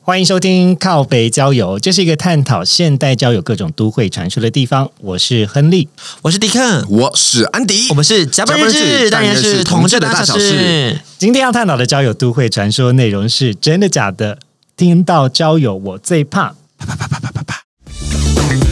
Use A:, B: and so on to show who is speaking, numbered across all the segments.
A: 欢迎收听《靠北交友》，这是一个探讨现代交友各种都会传说的地方。我是亨利，
B: 我是迪克，
C: 我是安迪，
B: 我 们是甲板日志，当然是同志的大小事。
A: 今天要探讨的交友都会传说内容是真的假的？听到交友我最怕，啪啪啪啪啪啪啪。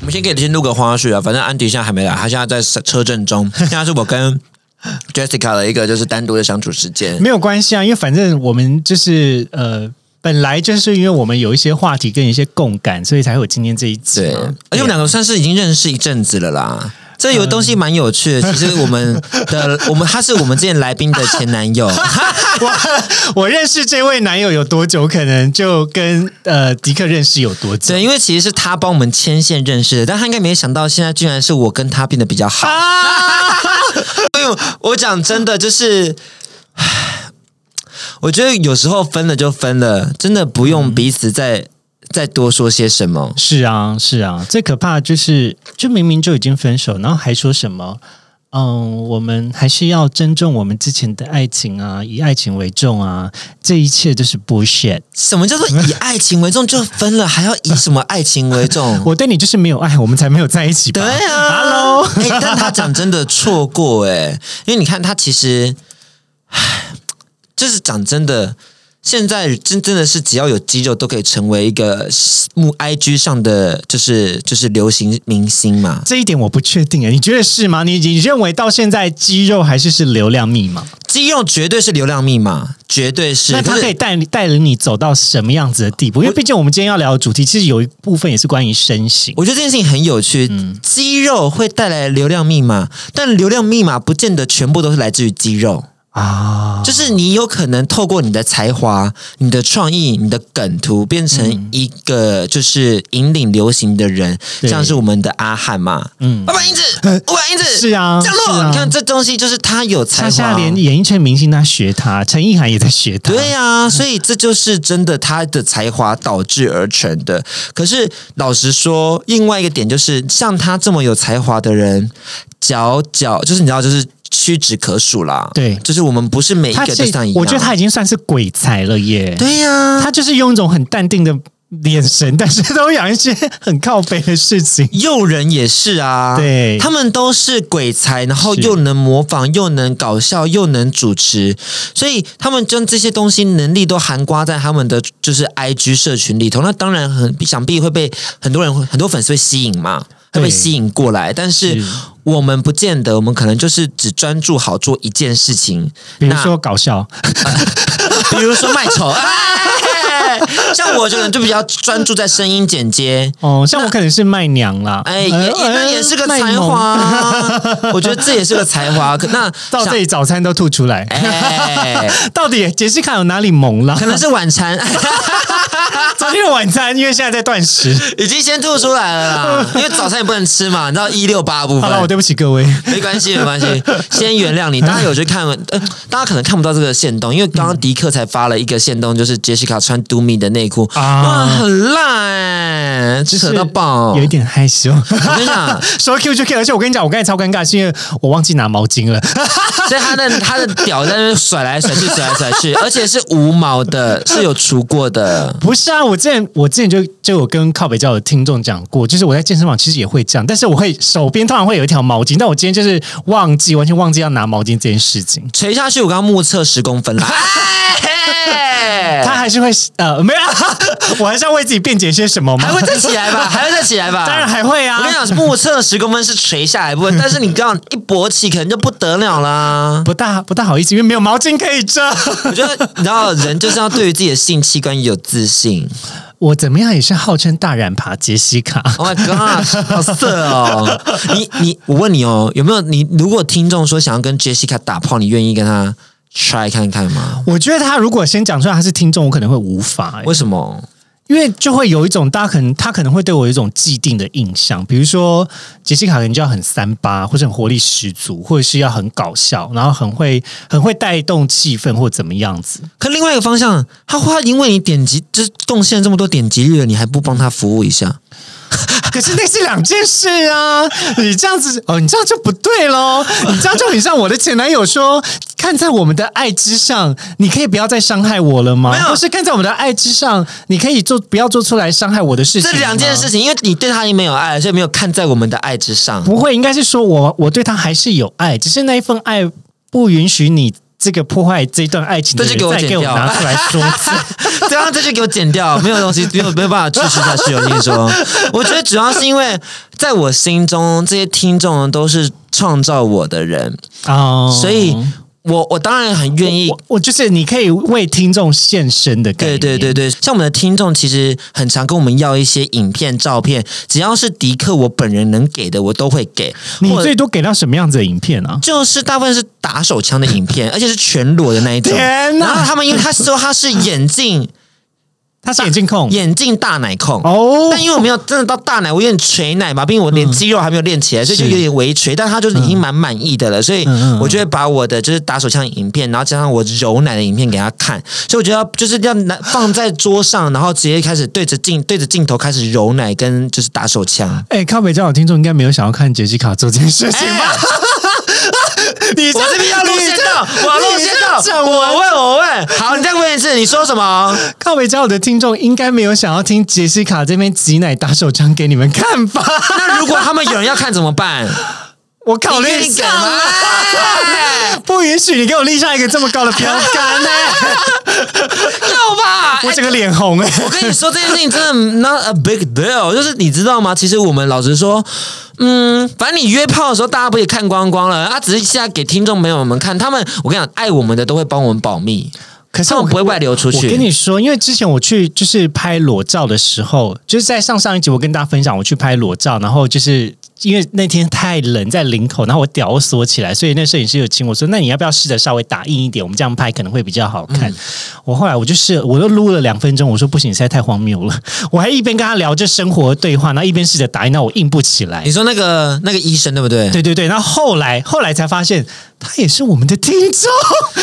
B: 我们先给先录个花絮啊，反正安迪现在还没来，他现在在车震 中。现在是我跟 Jessica 的一个就是单独的相处时间，
A: 没有关系啊，因为反正我们就是呃，本来就是因为我们有一些话题跟一些共感，所以才会有今天这一集
B: 对
A: 嘛。，
B: 而且我们两个算是已经认识一阵子了啦。这有东西蛮有趣 的，其实我们的我们他是我们之前来宾的前男 友，
A: 我我认识这位男友有多久，可能就跟呃迪克认识有多久。
B: 对，因为其实是他帮我们牵线认识的，但他应该没想到现在居然是我跟他变得比较 好。所以我我讲真的就是。唉我觉得有时候分了就分了，真的不用彼此再、再多说些什么。
A: 是啊，是啊，最可怕的就是，就明明就已经分手，然后还说什么，嗯，我们还是要珍重我们之前的爱情啊，以爱情为重啊，这一切都是 bullshit。
B: 什么叫做以爱情为重就分了，还要以什么爱情为重？
A: 我对你就是没有爱，我们才没有在一起吧
B: 对？啊，Hello，哎、但他讲真的错过哎、因为你看他其实，唉就是讲真的，现在真真的是只要有肌肉都可以成为一个目 IG 上的就是就是流行明星嘛。
A: 这一点我不确定欸诶，你觉得是吗？你你认为到现在肌肉还是是流量密码？
B: 肌肉绝对是流量密码，绝对是。
A: 那它
B: 可是
A: 可以带你带领你走到什么样子的地步？因为毕竟我们今天要聊的主题，其实有一部分也是关于身形。
B: 我觉得这件事情很有趣，肌肉会带来流量密码，但流量密码不见得全部都是来自于肌肉。
A: 啊，
B: 就是你有可能透过你的才华、你的创意、你的梗图，变成一个就是引领流行的人，
A: 对
B: 像是我们的阿汉嘛，
A: 嗯
B: 嗯，八 百英尺，五百英尺，
A: 是啊
B: 降
A: 是
B: 落，
A: 啊
B: 你看这东西就是他有才
A: 他现
B: 华
A: 在。连演艺圈明星都在学他，陈意涵也在学他。
B: 对啊，所以这就是真的他的才华导致而成的。可是老实说，另外一个点就是，像他这么有才华的人，佼佼就是你知道，就是屈指可数啦。
A: 对
B: 就是我们不是每一
A: 他
B: 个都
A: 这
B: 像一样。
A: 我觉得他已经算是鬼才了耶。
B: 对啊呀、
A: 他就是用一种很淡定的眼神，但是都讲一些很靠背的事情。
B: 诱人也是啊，
A: 对
B: 他们都是鬼才，然后
A: 是
B: 又能模仿，又能搞笑，又能主持，所以他们将这些东西能力都含刮在他们的就是 IG 社群里头。那当然很想必会被很多人会很多粉丝会吸引嘛，会被
A: 对
B: 吸引过来。但是
A: 是
B: 我们不见得，我们可能就是只专注好做一件事情，
A: 比如
B: 那
A: 说搞笑，
B: 比如说卖丑。哎像我这个人就比较专注在声音剪接，
A: 哦，像我可能是卖娘啦，
B: 哎，也也
A: 呃
B: 那也是个
A: 卖
B: 才
A: 萌
B: 华啊， 我觉得这也是个才华。可那
A: 到这
B: 想，
A: 里早餐都吐出来，
B: 哎，
A: 到底杰西卡有哪里萌了？
B: 可能是晚餐
A: 昨天的晚餐，因为现在在断食。
B: 已经先吐出来 了啦，因为早餐也不能吃嘛，你知道一六八部
A: 好了，我
B: 分。
A: 对不起各位。
B: 没关系，没关系，先原谅你。大家有去看，呃，大家可能看不到这个线动，因为刚刚迪克才发了一个线动，就是 Jessica 穿 Do Me 的内裤，
A: 啊
B: 哇，很辣哎、扯到爆
A: 有。一点害羞。
B: 我跟你讲，
A: 哦 说 Q 就 Q，而且我跟你讲，我刚才超尴尬，是因为我忘记拿毛巾 了。
B: 所以他的他的屌在那边甩来甩去，甩来甩去，而且是无毛的，是有除过的。
A: 不是啊，我之前我之前就就有跟靠北教的听众讲过，就是我在健身房其实也会这样，但是我会手边通常会有一条毛巾，但我今天就是忘记，完全忘记要拿毛巾这件事情。
B: 垂下去，我刚刚目测十公 分啦。
A: 他
B: 哎
A: 还是会呃没有、啊，我还是要为自己辩解些什么吗？
B: 还会再起来 吧？还会再起来吧？
A: 当然还会啊
B: 我跟你讲，目测十公分是垂下来的部分，但是你这样一勃起，可能就不得了啦。
A: 不大不大好意思，因为没有毛巾可以遮。
B: 我觉得，你知道，人就是要对于自己的性器官有自信。
A: 我怎么样也是号称大染爬杰西卡。
B: Oh my god，好色哦！你你，我问你哦，有没有你？如果听众说想要跟 Jessica 打炮，你愿意跟他 try 看看吗？
A: 我觉得他如果先讲出来他是听众，我可能会无法、欸
B: 为什么？
A: 因为就会有一种大家可能他可能会对我有一种既定的印象，比如说杰西卡可能就要很三八，或者很活力十足，或者是要很搞笑，然后很会很会带动气氛或怎么样子。
B: 可另外一个方向，他花因为你点击就是贡献这么多点击率了，你还不帮他服务一下？
A: 可是那是两件事啊！你这样子哦，你这样就不对喽， 你这样就很像我的前男友说，看在我们的爱之上，你可以不要再伤害我了吗？
B: 没有
A: 或是看在我们的爱之上，你可以做不要做出来伤害我的事情
B: 这
A: 吗。
B: 两件事情，因为你对他已经没有爱了，所以没有看在我们的爱 之上。
A: 不会，应该是说我我对他还是有爱，只是那一份爱不允许你这个破坏这段爱情的
B: 这
A: 人
B: 就给我
A: 再给
B: 剪
A: 我
B: 掉
A: 拿出来说一 次。
B: 这样这就给我剪掉，没有东西，没有没有办法继续下去。我跟你说，我觉得主要是因为在我心中，这些听众都是创造我的人，
A: 哦，
B: 所以我我当然很愿意
A: 我我就是你可以为听众献身的概
B: 对
A: 念，
B: 对对对，像我们的听众其实很常跟我们要一些影片、照片，只要是迪克我本人能给的，我都会给。
A: 你
B: 或者
A: 最多给到什么样子的影片啊？
B: 就是大部分是打手枪的影片，而且是全裸的那一种。
A: 天哪
B: 然后他们因为他说他是眼镜
A: 他是眼镜控
B: 眼镜大奶控。
A: 哦，
B: 但因为我没有真的到大奶，我有点垂奶嘛，毕竟我连肌肉还没有练起来，所嗯以就是有点微垂。但他就是已经蛮满意的了，所以
A: 嗯嗯嗯
B: 我就会把我的就是打手枪影片，然后加上我揉奶的影片给他看。所以我觉得要就是要拿放在桌上，然后直接开始对着镜对着镜头开始揉奶跟就是打手枪。
A: 哎、靠北交友听众应该没有想要看杰西卡做这件事情吧？
B: 哎
A: 你
B: 我这边要录线到，我要录线
A: 你这
B: 到，
A: 样
B: 我问我问，好，你再问一次，你说什么？
A: 靠北交友的听众应该没有想要听杰西卡这边挤奶打手枪给你们看 吧？
B: 那如果他们有人要看怎么办？
A: 我考虑一
B: 你
A: 下
B: 干嘛
A: 啦。 不允许你给我立上一个这么高的标杆呢、
B: 要吧？
A: 我整个脸红哎、
B: 我跟你说这件事情真的 not a big deal，就是你知道吗？其实我们老实说，嗯，反正你约炮的时候大家不也看光光了，啊，只是现在给听众朋友们看，他们我跟你讲，爱我们的都会帮我们保密，
A: 可是
B: 他
A: 我
B: 们不会外流出去。
A: 我跟你说，因为之前我去就是拍裸照的时候，就是在上上一集我跟大家分享，我去拍裸照，然后就是因为那天太冷，在林口，然后我屌又缩起来，所以那摄影师有请我说，那你要不要试着稍微打印一点，我们这样拍可能会比较好看。我后来我就是我都撸了两分钟，我说不行，实在太荒谬了，我还一边跟他聊这生活的对话，然后一边试着打印，那我印不起来
B: 你。说那个那个医生对不对？
A: 对对对，然后后来后来才发现，他也是我们的听众。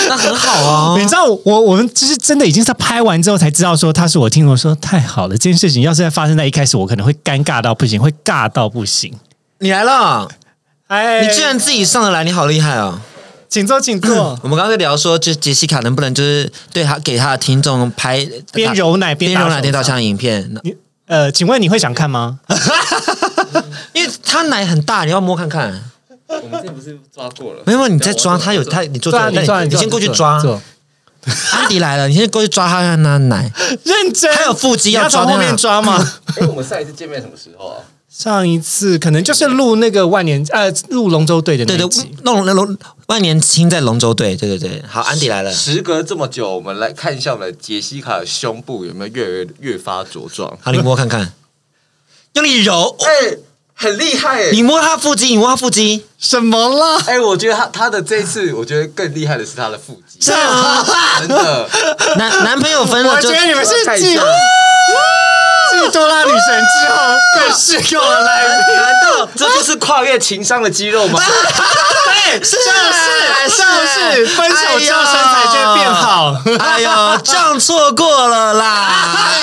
B: 那很好啊
A: 你。知道我我们就是真的已经在拍完之后才知道说他是我听众，说太好了，这件事情要是在发生在一开始，我可能会尴尬到不行，会尬到不行。
B: 你来了，
A: 哎
B: 你居然自己上得来，你好厉害哦！
A: 请坐，请坐，
B: 我们刚刚在聊说，就杰西卡能不能就是对他给他的听众拍
A: 边揉奶边
B: 边揉奶边
A: 打
B: 打
A: 手
B: 枪影片，
A: 你呃，请问你会想看吗？
B: 因为他奶很大，你要摸看看。
C: 我们这不是抓过了？
B: 没有，你在抓他有他，你做
A: 啊
B: 那你你先过去抓。
A: 坐
B: 安迪来了，你先过去抓他看他奶。
A: 认真，
B: 还有腹肌
A: 你
B: 要
A: 要从
B: 抓
A: 后
B: 在
A: 面
B: 哪
A: 抓吗？
C: 哎，我们上一次见面什么时候啊？
A: 上一次可能就是录那个万年呃，录龙舟队的
B: 对
A: 那
B: 对
A: 一集，，
B: 弄那龙万年青在龙舟队，对对对。好，安迪来了。
C: 时隔这么久，我们来看一下我们的杰西卡的胸部有没有越越发茁壮。
B: 好，你摸看看，用力揉，
C: 哎，很厉害哎
B: 你摸他腹肌，你摸他腹肌，
A: 什么啦？
C: 哎，我觉得他他的这一次，我觉得更厉害的是他的腹肌，
B: 是啊。
C: 真的。
B: 男男朋友分 了
A: 我
B: 就
A: 觉得你们是
C: 看一
A: 继
C: 下
A: 继多拉女神之后更适合来宾。
C: 难道这不是跨越情商的肌肉 吗？
B: 是
A: 就是就是分手之后身材就会变好。
B: 哎呦，这样错过了 啦，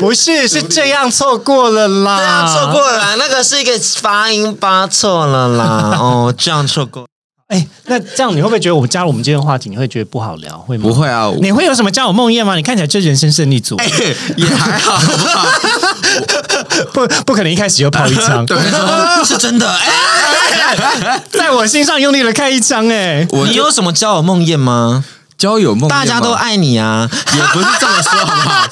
A: 不是，是这样错过了啦，
B: 这样错。过了啦，那个是一个发音发错了啦，哦，这样错 过。
A: 哎，那这样你会不会觉得我们加入我们今天的话题，你会觉得不好聊？会吗？
C: 不。会啊，我
A: 你会有什么交友梦魇吗？你看起来就是人生胜利组，
C: 也还好 吧。
A: 不不可能一开始就抛一 枪，
C: 啊
B: 是真的。哎，
A: 在我心上用力的开一枪、哎，
C: 我
B: 你有什么交友梦魇吗？
C: 交友梦，
B: 大家都爱你啊！
C: 也不是这么说，好不好？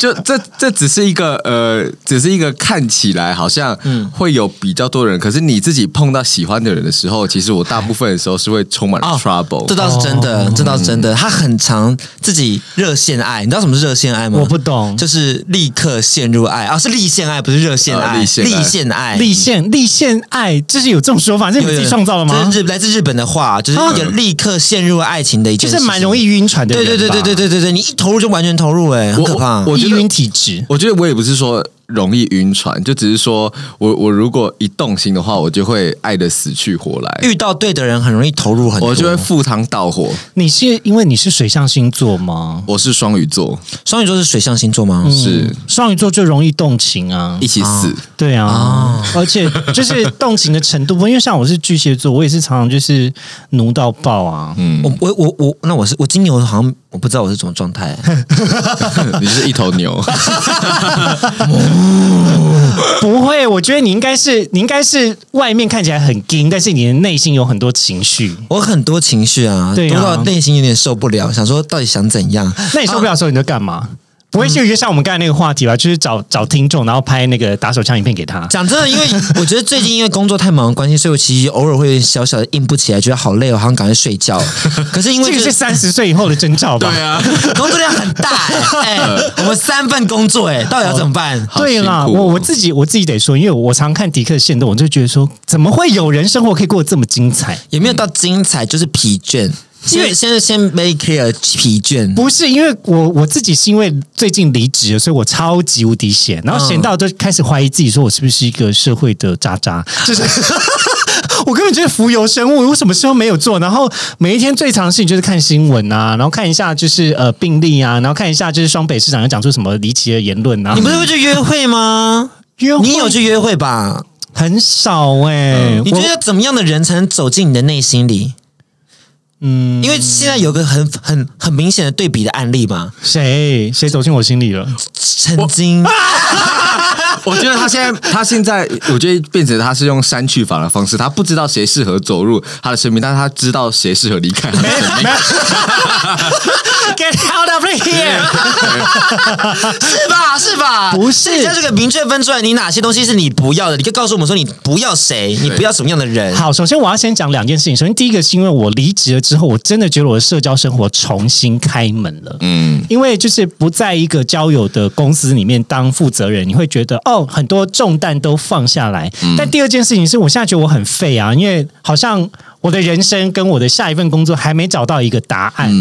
C: 就这这只是一个呃，只是一个看起来好像会有比较多人，可是你自己碰到喜欢的人的时候，其实我大部分的时候是会充满 trouble。
B: 这倒是真的，这倒是真的。他很常自己热线爱，你知道什么是热线爱吗？
A: 我不懂
B: 就是立刻陷入爱啊，是立线爱，不是热线爱。
C: 哦立线爱
B: 爱，
A: 立宪立宪爱，就是有这种说法，是你
B: 有
A: 自
B: 有
A: 己创造的吗
B: 这？是日来自日本的话，就是有立刻陷入爱情的一
A: 就
B: 件事
A: 是
B: 情。
A: 蛮蛮容易晕船的
B: 对
A: 人吧，
B: 对对对对对对对，你一投入就完全投入哎、很可怕。
C: 我
A: 易
C: 觉得
A: 晕体质。
C: 我觉得我也不是说容易晕船，就只是说我我如果一动心的话，我就会爱的死去活来，
B: 遇到对的人很容易投入很多。
C: 我就会赴汤蹈火。
A: 你是因为你是水象星座吗？
C: 我是双鱼座，
B: 双鱼座是水象星座吗？
C: 是
A: 双鱼座就容易动情啊
C: 一，起死。
A: 对啊，而且就是动情的程度，因为像我是巨蟹座，我也是常常就是奴到爆啊。
C: 嗯，
B: 我我我我，那我是我金牛，好像我不知道我是什么状态、
C: 你就是一头牛，
A: 不会，我觉得你应该是你应该是外面看起来很硬，但是你的内心有很多情绪。
B: 我很多情绪啊，
A: 对啊
B: 多到内心有点受不了，想说到底想怎样？
A: 那你受不了的时候，你都干嘛？不会是就像我们刚才那个话题吧，就是找找听众，然后拍那个打手枪影片给他。
B: 讲真的，因为我觉得最近因为工作太忙的关系，所以我其实偶尔会小小的硬不起来，觉得好累哦，好想赶快睡 觉。可是因为
A: 这个是三十岁以后的征兆吧？
C: 啊，
B: 工作量很大、哎、 哎我们三份工作、哎，到底要怎么办？
C: 好
A: 对啦，
C: 辛苦哦
A: 我我自己我自己得说，因为我常看迪克的线动，我就觉得说，怎么会有人生活可以过得这么精彩？
B: 也没有到精彩，就是疲倦。因
A: 因
B: 为
A: 为
B: 现在先 make clear 疲倦，
A: 不是因为我我自己是因为最近离职了，所以我超级无敌闲，然后闲到就开始怀疑自己，说我是不是一个社会的渣 渣？就是我根本就是浮游生物，我什么事都没有做。然后每一天最长的事情就是看新闻啊，然后看一下就是呃病例啊，然后看一下就是双北市长又讲出什么离奇的言论啊。
B: 你不是会去约会吗？
A: 约会
B: 你有去约会吧？
A: 很少哎、
B: 你觉
A: 我
B: 得要怎么样的人才能走进你的内心里？嗯，因为现在有个很很很明显的对比的案例嘛，
A: 谁谁走进我心里了？
B: 曾 经
C: 我觉得他现在，他现在，我觉得变成他是用删去法的方式，他不知道谁适合走入他的生命，但是他知道谁适合离开他的生命。
A: Get out of here！
B: 是吧？是吧？
A: 不是
B: 你现在这个明确分出来，你哪些东西是你不要的，你可以告诉我们说你不要谁，你不要什么样的人。
A: 好，首先我要先讲两件事情。首先，第一个是因为我离职了之后，我真的觉得我的社交生活重新开门了。
C: 嗯，
A: 因为就是不在一个交友的公司里面当负责人，你会觉得哦，很多重担都放下来。但第二件事情是我现在觉得我很废啊，因为好像我的人生跟我的下一份工作还没找到一个答案，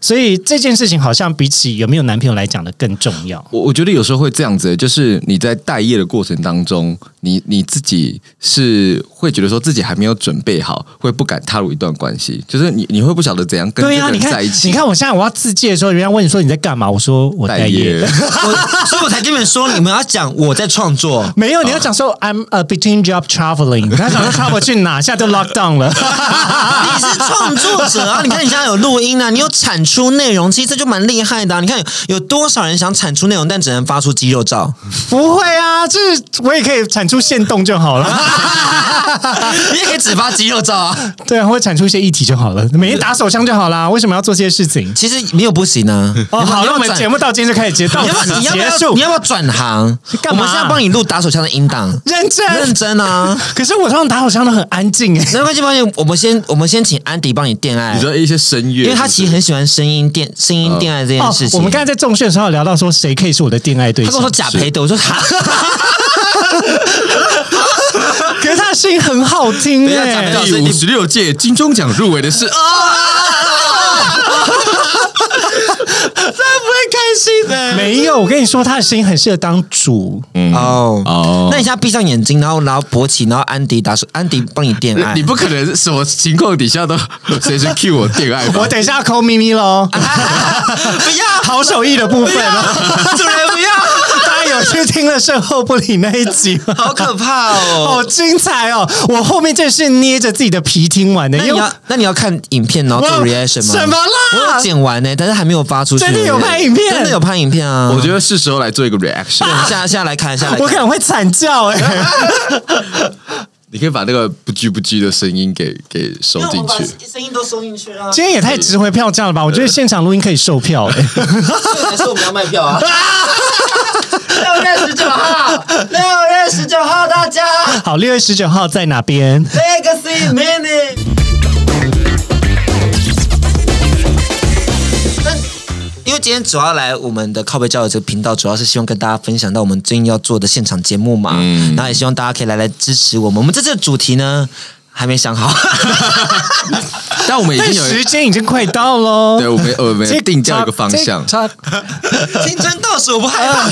A: 所以这件事情好像比起有没有男朋友来讲的更重要。
C: 我我觉得有时候会这样子，就是你在待业的过程当中，你你自己是会觉得说自己还没有准备好，会不敢踏入一段关系，就是你你会不晓得怎样跟
A: 对
C: 这
A: 呀、
C: 个
A: 你
C: 人在
A: 看
C: 一，起。
A: 你看，我现在我要自介的时候，人家问你说你在干嘛，我说我待
C: 待
A: 业。
C: 业，
B: 我所以我才跟你们说，你们要讲我在创 作。
A: 没有，你要讲说、I'm a between job traveling，他想说 travel 去哪，现在都 lock down 了。
B: 你是创作者啊！你看你现在有录音啊，你有产出内容，其实这就蛮厉害的、啊。你看有有多少人想产出内容，但只能发出肌肉照？
A: 不会啊，就是我也可以产出线动就 好了，
B: 你也可以只发肌肉照啊。
A: 对啊，或者产出一些议题就好了，每天打手枪就好啦。为什么要做这些事情？
B: 其实没有不行啊。
A: 哦，
B: 你要不要
A: 好，那我们
B: 转
A: 节目到今天就开始结，到
B: 你要不
A: 此
B: 要你要不
A: 结
B: 要
A: 束
B: 你。要不要转行？
A: 干
B: 我
A: 嘛
B: 们现在帮你录打手枪的音 档，
A: 认真，
B: 认真啊！
A: 可是我通常打手枪都很安静哎、
B: 没关系，没关系，我们先我们先请安迪帮你电爱
C: 你，说一些声乐，
B: 因为他其实 很喜欢声音电声音电爱这件
A: 哦
B: 事，情。
A: 我们刚才在中训的时候有聊到说谁可以是我的恋爱对
B: 他
A: 象，
B: 跟我说假培德，我说哈，
A: 可是他的声音很好听
B: 等一下
A: 哎、
B: 假培德
C: 第五十六届金钟奖入围的是啊，
A: 不会开心欸的。没有，我跟你说，他的声音很适合当主。
B: 哦
C: 嗯哦
B: 那你现在闭上眼睛，然后然后勃起，然后安迪打手，安迪帮你电爱，
C: 你不可能什么情况 底下都随时 cue 我恋爱吧？
A: 我等一下要抠咪咪 喽，
B: 不要，
A: 好手艺的部分哦。
B: 主人不要，
A: 大家有去听了售后不理那一集吗？
B: 好可怕
A: 好
B: 哦。
A: 精彩哦！我后面真的是捏着自己的皮听完的，
B: 那
A: 因
B: 你
A: 为
B: 要那你要看影片，然后做
A: 我
B: reaction 吗？
A: 什么啦
B: 我有剪完呢、但是还没有发出去。
A: 真的有拍影片
B: 真的有拍影片啊！
C: 我觉得是时候来做一个 reaction，
B: 对下下来看，下来看
A: 我可能会惨叫哎、
C: 你可以把那个不叽不叽的声音给给收进去。
B: 声音都收进去啊，
A: 今天也太值回票价了吧？我觉得现场录音可以售票、 哎
B: 这才是我们要卖票啊！ 六月十九号，六月十九号，大家
A: 好，六月十九号在哪边？
B: Legacy Mini。因为今天主要来我们的靠背交友这个频道，主要是希望跟大家分享到我们最近要做的现场节目嘛，然后也希望大家可以来来支持我们。我们这次的主题呢还没想好，
C: 但我们已
A: 但
C: 经有一
A: 时间已经快到喽。
C: 对，我们我们定掉一个方向。
A: Tick-tock，tick-tock
B: 青春倒数，我不害怕。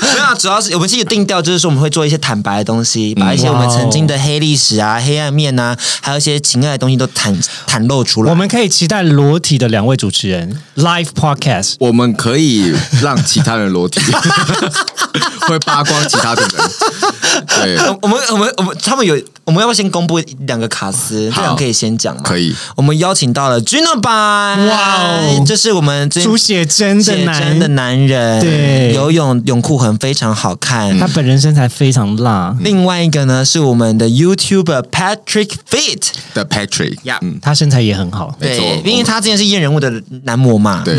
B: 没有啊，主要是我们其实定调就是说我们会做一些坦白的东西，把一些我们曾经的黑历史啊、黑暗面啊，还有一些情爱的东西都袒袒露出来。
A: 我们可以期待裸体的两位主持人 live podcast。
C: 我们可以让其他 人裸体，会扒光其他的人。对，
B: 我我们我们我们他们有，我们要不要先公布两个卡司？这样可以先讲吗？
C: 可以。
B: 我们邀请到了 Gino 版，
A: 哇哦
B: 这是我们最
A: 朱写真的
B: 写
A: 男
B: 真的男人，
A: 对
B: 游泳泳裤很非常好看。
C: 嗯
A: 他本人身材非常辣，
B: 另外一个呢是我们的 YouTuber Patrick Fit，
C: 的 Patrick，
B: Yeah
C: 嗯，
A: 他身材也很好。
C: 没错
B: 对，
C: 我
B: 因为
C: 们
B: 他之前是验人物的男模嘛，
C: 对、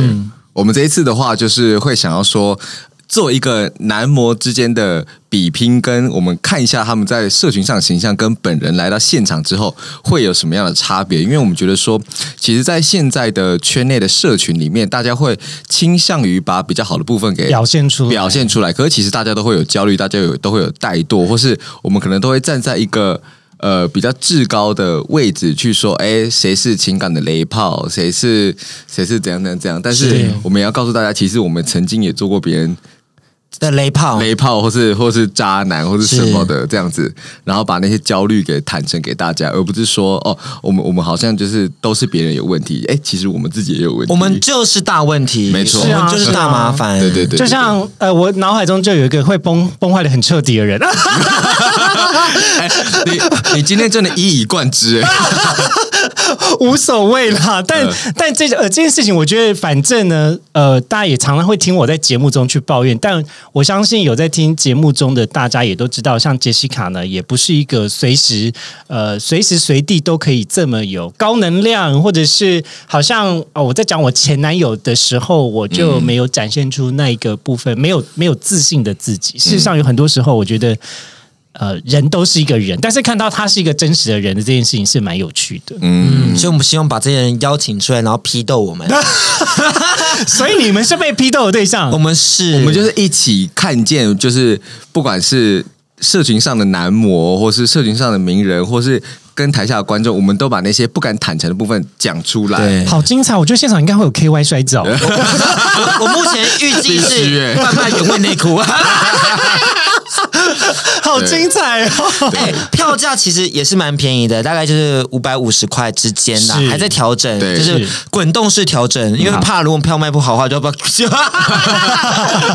C: 我们这一次的话，就是会想要说。做一个男模之间的比拼，跟我们看一下他们在社群上的形象跟本人来到现场之后会有什么样的差别？因为我们觉得说，其实，在现在的圈内的社群里面，大家会倾向于把比较好的部分给
A: 表现出来
C: 表现出来。可是其实大家都会有焦虑，大家有都会有怠惰，或是我们可能都会站在一个呃比较至高的位置去说，哎，谁是情感的雷炮，谁是谁是怎样怎样怎样。但是
A: 是
C: 我们也要告诉大家，其实我们曾经也做过别人
B: 的雷炮，
C: 雷炮，或是或是渣男，或是
B: 哦是
C: 什么的这样子，然后把那些焦虑给坦诚给大家，而不是说哦，我们我们好像就是都是别人有问题，哎，其实我们自己也有问题。
B: 我 们就是大问题，
C: 没错啊
B: 我们就是大麻烦，
C: 对对对，
A: 就像呃，我脑海中就有一个会崩崩坏的很彻底的人，
C: 哎你你今天真的一以贯之哎。
A: 无所谓啦。但、但这呃这件事情，我觉得反正呢，呃，大家也常常会听我在节目中去抱怨，但我相信有在听节目中的大家也都知道，像杰西卡呢，也不是一个随时呃随时随地都可以这么有高能量，或者是好像哦我在讲我前男友的时候，我就没有展现出那一个部分，没有没有自信的自己。事实上，有很多时候，我觉得。呃，人都是一个人，但是看到他是一个真实的人的这件事情是蛮有趣的。
B: 嗯，所以我们希望把这些人邀请出来，然后批斗 我们，
A: 所以你们是被批斗的对象
B: 我。们是，
C: 我们就是一起看见，就是不管是社群上的男模，或是社群上的名人，或是跟台下的观众，我们都把那些不敢坦诚的部分讲出来
B: 对。
A: 好精彩！我觉得现场应该会有 K Y 摔跤，
B: 我目前预计
C: 必须
B: 是
C: 欸
B: 贩卖原味 内裤。 哎
A: 好精彩哦！
B: 哎，票价其实也是蛮便宜的，大概就是五百五十块之间啦，
A: 是
B: 还在调整，
C: 对
B: 就是
A: 是嗯
B: 滚动式调整，因为怕如果票卖不好的话，就要 把。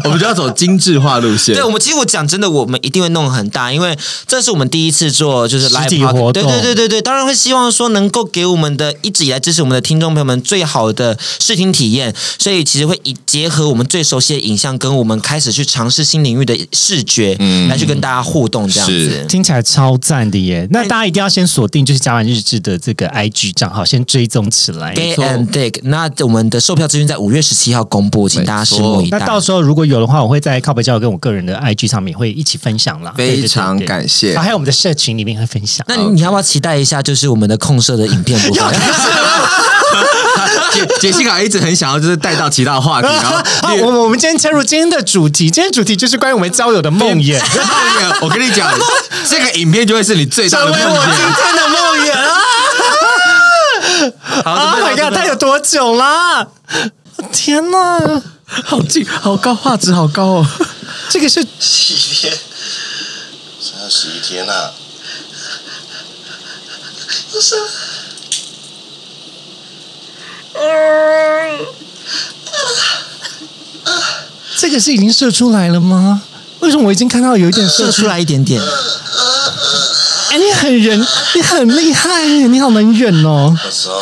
C: 我们就要走精致化路线
B: 对，。我们其实我讲真的，我们一定会弄很大，因为这是我们第一次做，就是
A: 实
B: live
A: 体
B: podcast
A: 活动
B: 对对对对对，当然会希望说能够给我们的一直以来支持我们的听众朋友们最好的视听体验，所以其实会以结合我们最熟悉的影像，跟我们开始去尝试新领域的视觉，来去跟大家互动这样子
C: 是。
A: 听起来超赞的耶！那大家一定要先锁定就是甲板日志的这个 I G 账号，先追踪起来。
B: Gay and Dick，那我们的售票资讯在五月十七号公布，请大家拭目以待。
A: 那到时候如果有的话，我会在靠北教跟我个人的 I G 上面会一起分享啦。对
C: 非常感谢
A: 对对对啊还有我们的社群里面会分 享。
B: 那你你要不要期待一下，就是我们的控社的影片 部分？
C: 杰杰西卡一直很想要，就是带到其他话题， 然后
A: 好，啊我们我们今天切入今天的主题，今天主题就是关于我们交友的梦魇，
C: 我跟你讲，这个影片就会是你最大的梦魇。
A: 天的梦魇啊！
C: 好
A: Oh my god！他有多久啦？天哪，
C: 好近，好高，画质好高哦。
A: 这个是
D: 十一天，才有十一天呐、啊！不是，
A: 这个是已经射出来了吗？为什么我已经看到有一点射
B: 射
A: 出
B: 出
A: 来？
B: 来一点 点。
A: 哎，你很忍，你很厉害耶，你好能忍哦！
D: 我从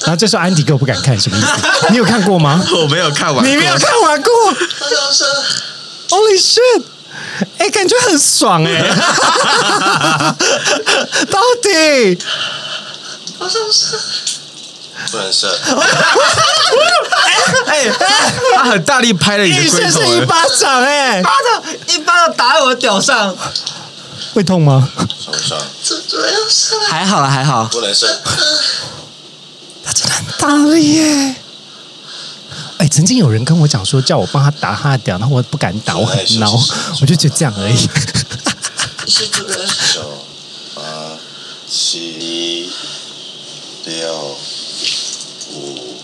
A: 然后这时候安迪哥不敢看，什么意思？你有看过吗？
C: 我没有看完，
A: 你没有看完过
D: 他要生，
A: ？Holy shit！哎，感觉很爽 哎！到底
D: 我想生，不能生，
C: 他很大力拍了你
A: 一
C: 的龟
A: 下
C: 头
A: 是一
C: 哎。
A: 巴掌哎，
B: 巴掌一巴掌打在我的屌上，
A: 会痛吗？
D: 受伤，这这要生，
B: 还好了，还好。
D: 不能生，
A: 他真的很大力耶！哎，曾经有人跟我讲说，叫我帮他打他的屌，然后我不敢打，我很孬，我就觉得这样而已。
D: 手七、六、五。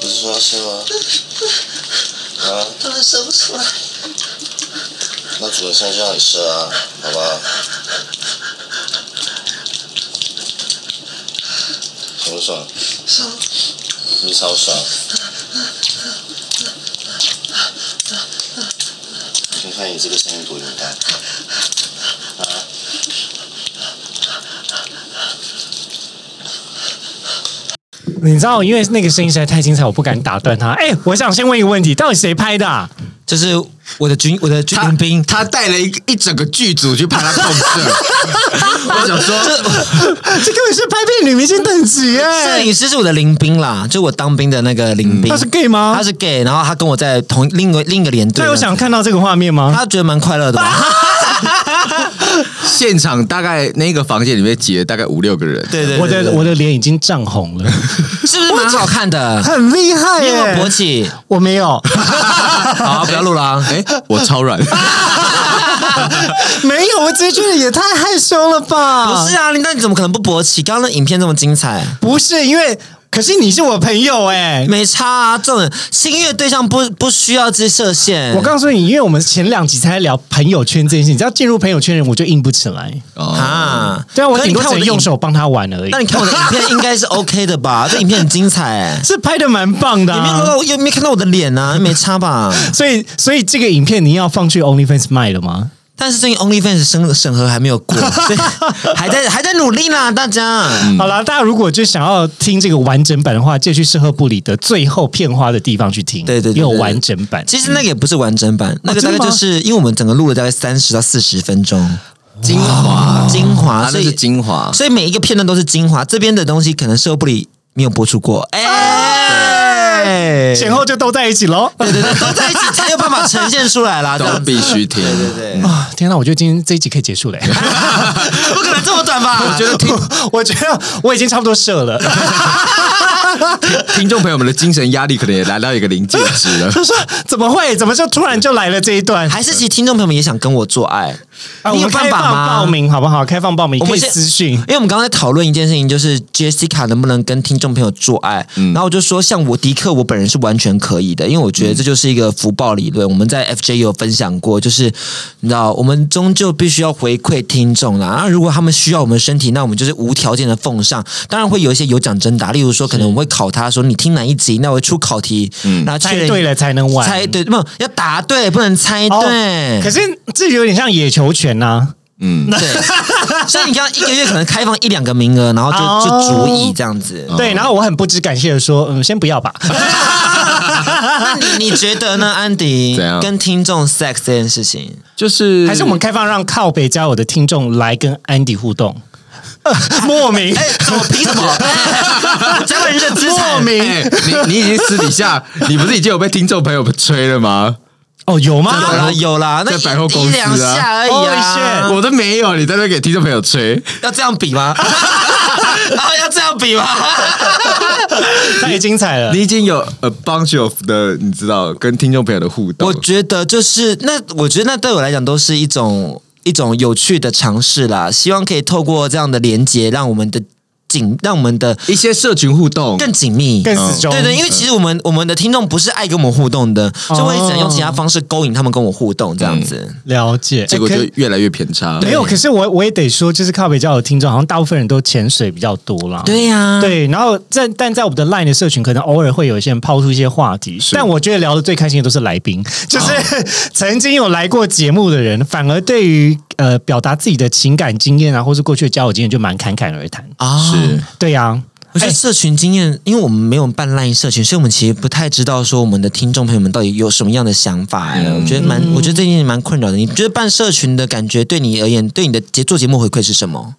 D: 不是说要睡吗？啊？当然射不出来。那主人现在就让你射啊，好吧？爽不爽？爽。你超爽。听看你这个声音多敏感。啊？
A: 你知道，因为那个声音实在太精彩，我不敢打断他。哎、我想先问一个问题，到底谁拍的、啊？
B: 就是我的军我的军
C: 他
B: 民兵，
C: 他带了一个一整个剧组去拍他控射。我想说，
A: 这根本是拍片女明星等级
B: 摄
A: 哎、
B: 影师是我的林兵啦，就我当兵的那个林兵，
A: 他是 gay 吗
B: 他？是 gay，然后他跟我在同另外另一个连
A: 他
B: 队的，
A: 有想看啊到这个画面吗？
B: 他觉得蛮快乐的吧？
C: 现场大概那个房间里面挤了大概五六个人。
B: 对对，
A: 我
B: 对
A: 的我的脸已经涨红了，
B: 是不是蛮好看的？
A: 很厉害
B: 你有没有
A: 耶
B: 勃起？
A: 我没有，
B: 好，不要录了啊。
C: 哎，我超软，啊
A: 没有，我只是觉得也太害羞了吧？
B: 不是啊，你那你怎么可能不勃起？刚刚那影片这么精彩，
A: 不是因为，可是你是我朋友哎、
B: 没差啊。这种新月对象不不需要这射线。
A: 我告诉你，因为我们前两集才在聊朋友圈这件事情，只要进入朋友圈，我就硬不起来。
B: 啊，
A: 对啊，我
B: 可是
A: 顶
B: 你
A: 多
B: 看
A: 只
B: 我
A: 能
B: 的
A: 用
B: 影，
A: 手帮他玩而已
B: 那。你看我的影片应该是 OK 的吧？这影片很精彩 哎。
A: 是拍的蛮棒的、
B: 你没有看
A: 啊，
B: 到，又没看到我的脸啊，没差吧？
A: 所以所以这个影片你要放去 OnlyFans 卖了吗？
B: 但是最近 OnlyFans 审审核还没 有过，所以还在还在努力啦，大家。
A: 好啦，大家如果就想要听这个完整版的话，就去社合部里的最后片花的地方去听，
B: 对对对对
A: 也有完整版。
B: 其实那个也不是完整版，那个大概
A: 哦真的
B: 就
A: 吗
B: 是因为我们整个录了大概三十到四十分钟
C: 精华，
A: 啊
B: 精华，
C: 他
B: 所
C: 那是
B: 以
C: 精华。
B: 所以每一个片段都是精华。这边的东西可能社不里没有播出过，哎，
A: 前后就都在一起喽。
B: 对对对，都在一起才有办法呈现出来啦。这
C: 都
B: 样子啊
C: 必须听，对对对，
A: 啊，天哪！我觉得今天这一集可以结束 嘞。
B: 不可能这么短吧？我觉得
A: 我觉得我已经差不多射 了。
C: 听众朋友们的精神压力可能也来到一个临界值 了。
A: 他说：“怎么会？怎么就突然就来了这一段？
B: 还是其实听众朋友们也想跟我做爱，
A: 啊
B: 你有
A: 我们
B: 办
A: 开
B: 法
A: 放
B: 吗？
A: 报名好不好？开放报名，
B: 我
A: 可
B: 们
A: 以
B: 先
A: 私讯
B: 因。为我们刚刚在讨论一件事情，就是 Jessica 能不能跟听众朋友做爱。
A: 嗯
B: 然后我就说，像我迪克，我本人是完全可以的，因为我觉得这就是一个福报理论。我们在 FJ 也有分享过，就是你知道，我们终究必须要回馈听众啦。那如果他们需要我们身体，那我们就是无条件的奉上。当然会有一些有奖征答，例如说，可能我们会考他说你听哪一集，那我会出考题，嗯，后确
A: 猜
B: 认
A: 对了才能玩。
B: 猜对，不要答对，不能猜
A: 哦
B: 对。
A: 可是这有点像野球啊拳呐、
C: 嗯，
B: 对， 所以你刚刚一个月可能开放一两个名额，然后就就足以这样子。
A: 对，然后我很不知感谢的说：“嗯，先不要吧。
B: 那你你觉得呢，安迪
C: 怎样？
B: 跟听众 sex 这件事情，
C: 就是
A: 还是我们开放让靠北加我的听众来跟安迪互 动。莫名，
C: 哎
B: 怎么凭什么？加个人的资
A: 莫
B: 产，
A: 名、
C: 哎你你已经私底下，你不是已经有被听众朋友们吹了吗？
A: 哦，有吗？
B: 有啦有啦，那
C: 在百货公司啊
B: 一两下而已
A: Holy
B: 啊
A: shit，
C: 我都没有，你在那边给听众朋友吹，
B: 要这样比 吗？啊，要这样比吗？
A: 太精彩了
C: 你！已经有 a bunch of 的，你知道跟听众朋友的互动
B: 我。觉得就是那，我觉得那对我来讲都是一种一种有趣的尝试啦。希望可以透过这样的连接，让我们的紧，让我们的
C: 一些社群互动，
B: 更紧密，嗯
A: 更死忠，嗯
B: 对对，因为其实我们我们的听众不是爱跟我们互动的，
A: 哦
B: 所以我也只能用其他方式勾引他们跟我互动这样子。
A: 了解。
C: 结果
A: 哎
C: 就
A: 可
C: 越来越偏差。
A: 没有，可是我我也得说，就是靠北交友听众，好像大部分人都潜水比较多啦。
B: 对呀、
C: 啊
A: 对，然后在但在我们的 LINE 的社群，可能偶尔会有一些人抛出一些话题，但我觉得聊的最开心的都是来 宾，就是 曾经有来过节目的人，反而对于呃表达自己的情感经验啊，或是过去的交友经验，就蛮侃侃而谈。
B: 啊。
C: 是
A: 对呀、
B: 我觉得
A: 哎
B: 社群经验，因为我们没有办 LINE 社群，所以我们其实不太知道说我们的听众朋友们到底有什么样的想法、哎
A: 嗯
B: 我觉得蛮，
C: 嗯
B: 我觉得这件事蛮困扰的。你觉得办社群的感觉对你而言，对你的节做节目回馈是什么？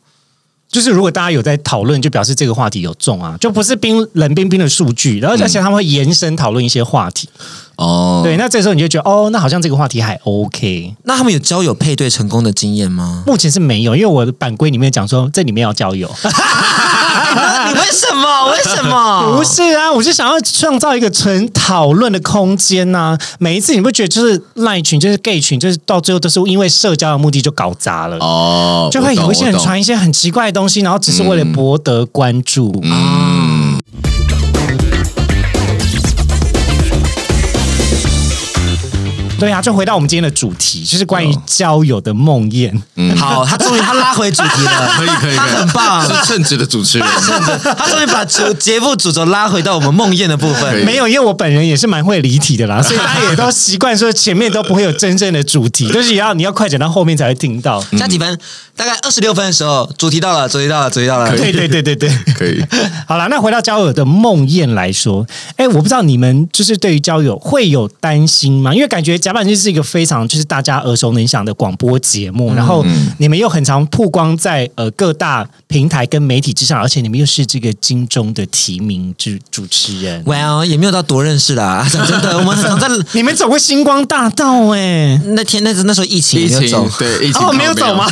A: 就是如果大家有在讨论，就表示这个话题有中啊，就不是冰冷冰冰的数据，然后而且他们会延伸讨论一些话题。
C: 哦，
A: 对，那这时候你就觉得哦，那好像这个话题还 OK。
B: 那他们有交友 配对成功的经验吗？
A: 目前是没有，因为我的版规里面讲说这里面要交友，
B: 你为什么？为什 么？
A: 不是啊，我是想要创造一个纯讨论的空间呐、每一次你不觉得就是赖群，就是 gay 群，就是到最后都是因为社交的目的就搞砸了，
C: 哦，
A: 就会有
C: 我
A: 一些
C: 懂
A: 人传，一些很奇怪的东西，然后只是为了博得关注。
C: 嗯
A: 对啊，就回到我们今天的主题，就是关于
C: 哦
A: 交友的梦魇。
C: 嗯
B: 好，他终于他拉回主题了，
C: 我懂可以可以，
B: 他
C: 可以
B: 很棒，
C: 是称职的主持人。
B: 他终于把主节目主轴拉回到我们梦魇的部
C: 可以
B: 分。
A: 没有，因为我本人也是蛮会离题 的啦，所以大家也都习惯说前面都不会有真正的主题，就是也要你要快讲到后面才会听 到。
B: 加几分？大概二十六分的时候，主题到了，主题到了，主题到了。
A: 对对对对对，
C: 可以，
A: 好啦，那回到交友的梦魇来说，哎，我不知道你们就是对于交友会有担心吗？因为感觉甲板日是一个非常就是大家耳熟能详的广播节目，
B: 嗯
A: 然后你们又很常曝光在呃各大平台跟媒体之上，而且你们又是这个金钟的提名主主持人，
B: Well，也没有到多认识啦，讲真的，我们常在
A: 你们走过星光大道哎、
B: 那天那那时候疫情也
C: 疫
B: 没有
C: 情
B: 走，
C: 对疫情
A: 哦没有走吗？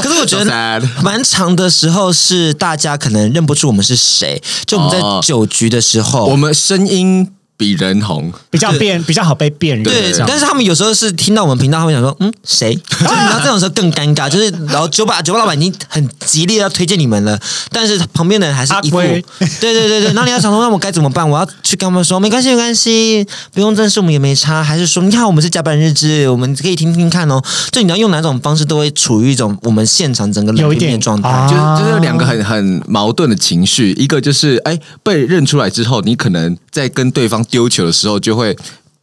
B: 可是我觉
C: So
B: 得
C: sad
B: 蛮长的时候是大家可能认不出我们是谁，就我们在
C: 哦
B: 酒局的时候，
C: 我们声音比人红，
A: 比较辨比较好被辨认
B: 对
A: 这，样
B: 但是他们有时候是听到我们频道，他们想说，嗯， 谁？就是你知道这种时候更尴尬，就是然后酒吧酒吧老板已经很极力地要推荐你们了，但是旁边的人还是一副，
A: 阿
B: 对
A: 龟
B: 对对对，那你要想说，那我该怎么办？我要去跟他们说，没关系没关系，不用正视我们也没差，还是说，你看我们是甲板日志，我们可以听听看哦。就你要用哪种方式，都会处于一种我们现场整个冷
A: 有一
B: 冰冰的
A: 点
B: 状态。
A: 啊
C: 就是就是有两个很很矛盾的情绪，一个就是哎被认出来之后，你可能在跟对方丢球的时候就会。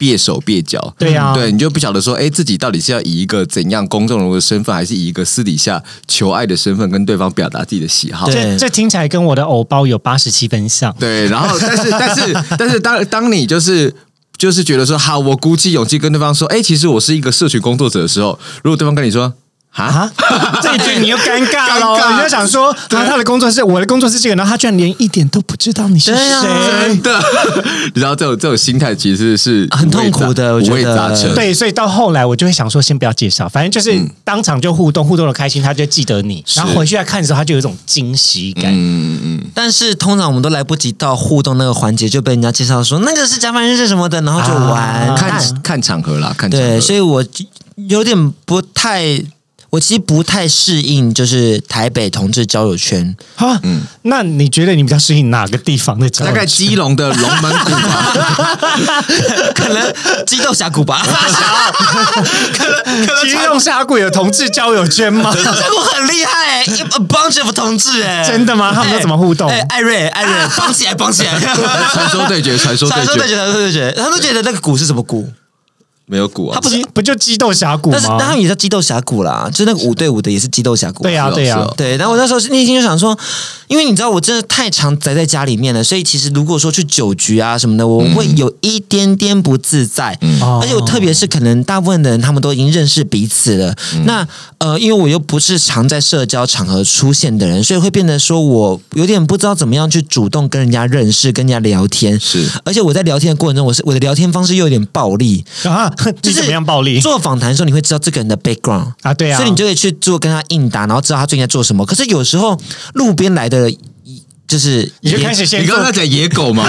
C: 蹩手蹩脚，
A: 对啊
C: 对，你就不晓得说，哎，自己到底是要以一个怎样公众人物的身份，还是以一个私底下求爱的身份跟对方表达自己的喜好？
A: 这
B: 对
A: 这听起来跟我的偶包有八十七分像。
C: 对，然后但是 但是但是当当你就是就是觉得说好，我鼓起勇气跟对方说，哎、其实我是一个社群工作者的时候，如果对方跟你说啊，
A: 啊，这一句你又尴尬
C: 尴尬
A: 了。你就想说，啊，他的工作是我的工作是这个，然后他居然连一点都不知道你是
B: 对啊
A: 谁。
C: 真的， 你知道这种这种心态其实是
B: 啊很痛苦的
C: 五
B: 我觉得
C: 味杂陈。
A: 对，所以到后来我就会想说，先不要介绍，反正就是
B: 嗯
A: 当场就互动，互动的开心，他就记得你。然后回去再看的时候，他就有一种惊喜
C: 嗯
A: 感。
B: 嗯但是通常我们都来不及到互动那个环节，就被人家介绍说那个是甲板日志什么的，然后就完
A: 啊
B: 蛋。
C: 看看场合啦，看场合。
B: 对，所以我有点不太，我其实不太适应，就是台北同志交友圈。
A: 啊，
B: 嗯
A: 那你觉得你比较适应哪个地方的交
C: 大
A: 友
C: 概基隆的龙门谷吧，
B: 可能 激斗峡谷 吧，
A: 其实用峡谷有同志交友圈 吗？
B: 激斗峡谷很厉害、欸、，a bunch of 同志哎、
A: 真的吗他们都怎么互动
B: 哎、艾瑞，艾瑞，绑起来，绑 起来！
C: 传说对决，传说
B: 传说
C: 对
B: 对决，
C: 决，
B: 传说对决，他们都觉得那个谷是什么谷？
C: 没有谷啊，
B: 他不是
A: 激，不就激斗峡谷
B: 但是但他
A: 吗？
B: 们也叫激斗峡谷啦，就那个五对五的也是激斗峡谷。
A: 对呀、啊
C: 是哦
A: 对呀、
C: 是哦
B: 对，然后我那时候内心就想说，因为你知道我真的太常宅在家里面了，所以其实如果说去酒局啊什么的，我会有一点点不自在。
A: 哦
B: 而且我特别是可能大部分的人他们都已经认识彼此了，
A: 嗯
B: 那呃，因为我又不是常在社交场合出现的人，所以会变得说我有点不知道怎么样去主动跟人家认识、跟人家聊天。
C: 是
B: 而且我在聊天的过程中，我是我的聊天方式又有点暴力，
A: 啊，你
B: 就是
A: 怎么样暴力？
B: 做访谈的时候，你会知道这个人的 background
A: 啊对啊
B: 所以你就可以去做跟他应答，然后知道他最近在做什么。可是有时候路边来的，就是
A: 你就
B: 也
A: 开始先
C: 你
A: 做
C: 刚刚在讲野狗 吗？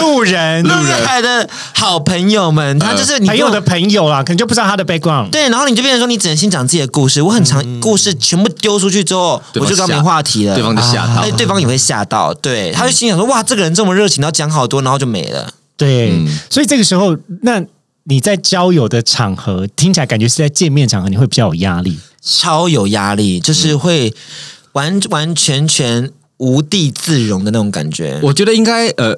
A: 路人，
B: 路边来的好朋友们，他就是
A: 呃朋
B: 你不
A: 友
B: 用
A: 的朋友啊啦，可能就不知道他的 background。
B: 对，然后你就变成说，你只能先讲自己的故
A: 嗯
B: 事。我很常故事全部丢出去之后，
C: 对
B: 我
C: 方
B: 就刚没
C: 吓
B: 话题了，
C: 对方就吓到嗯
B: 哎，对方也会吓到，对，他就心想说，哇，这个人这么热情，然后讲好多，然后就没了。
A: 对，
C: 嗯
A: 所以这个时候，那你在交友的场合，听起来感觉是在见面场合，你会比较有压力。
B: 超有压力，
C: 嗯
B: 就是会完完全全无地自容的那种感觉。
C: 我觉得应该呃，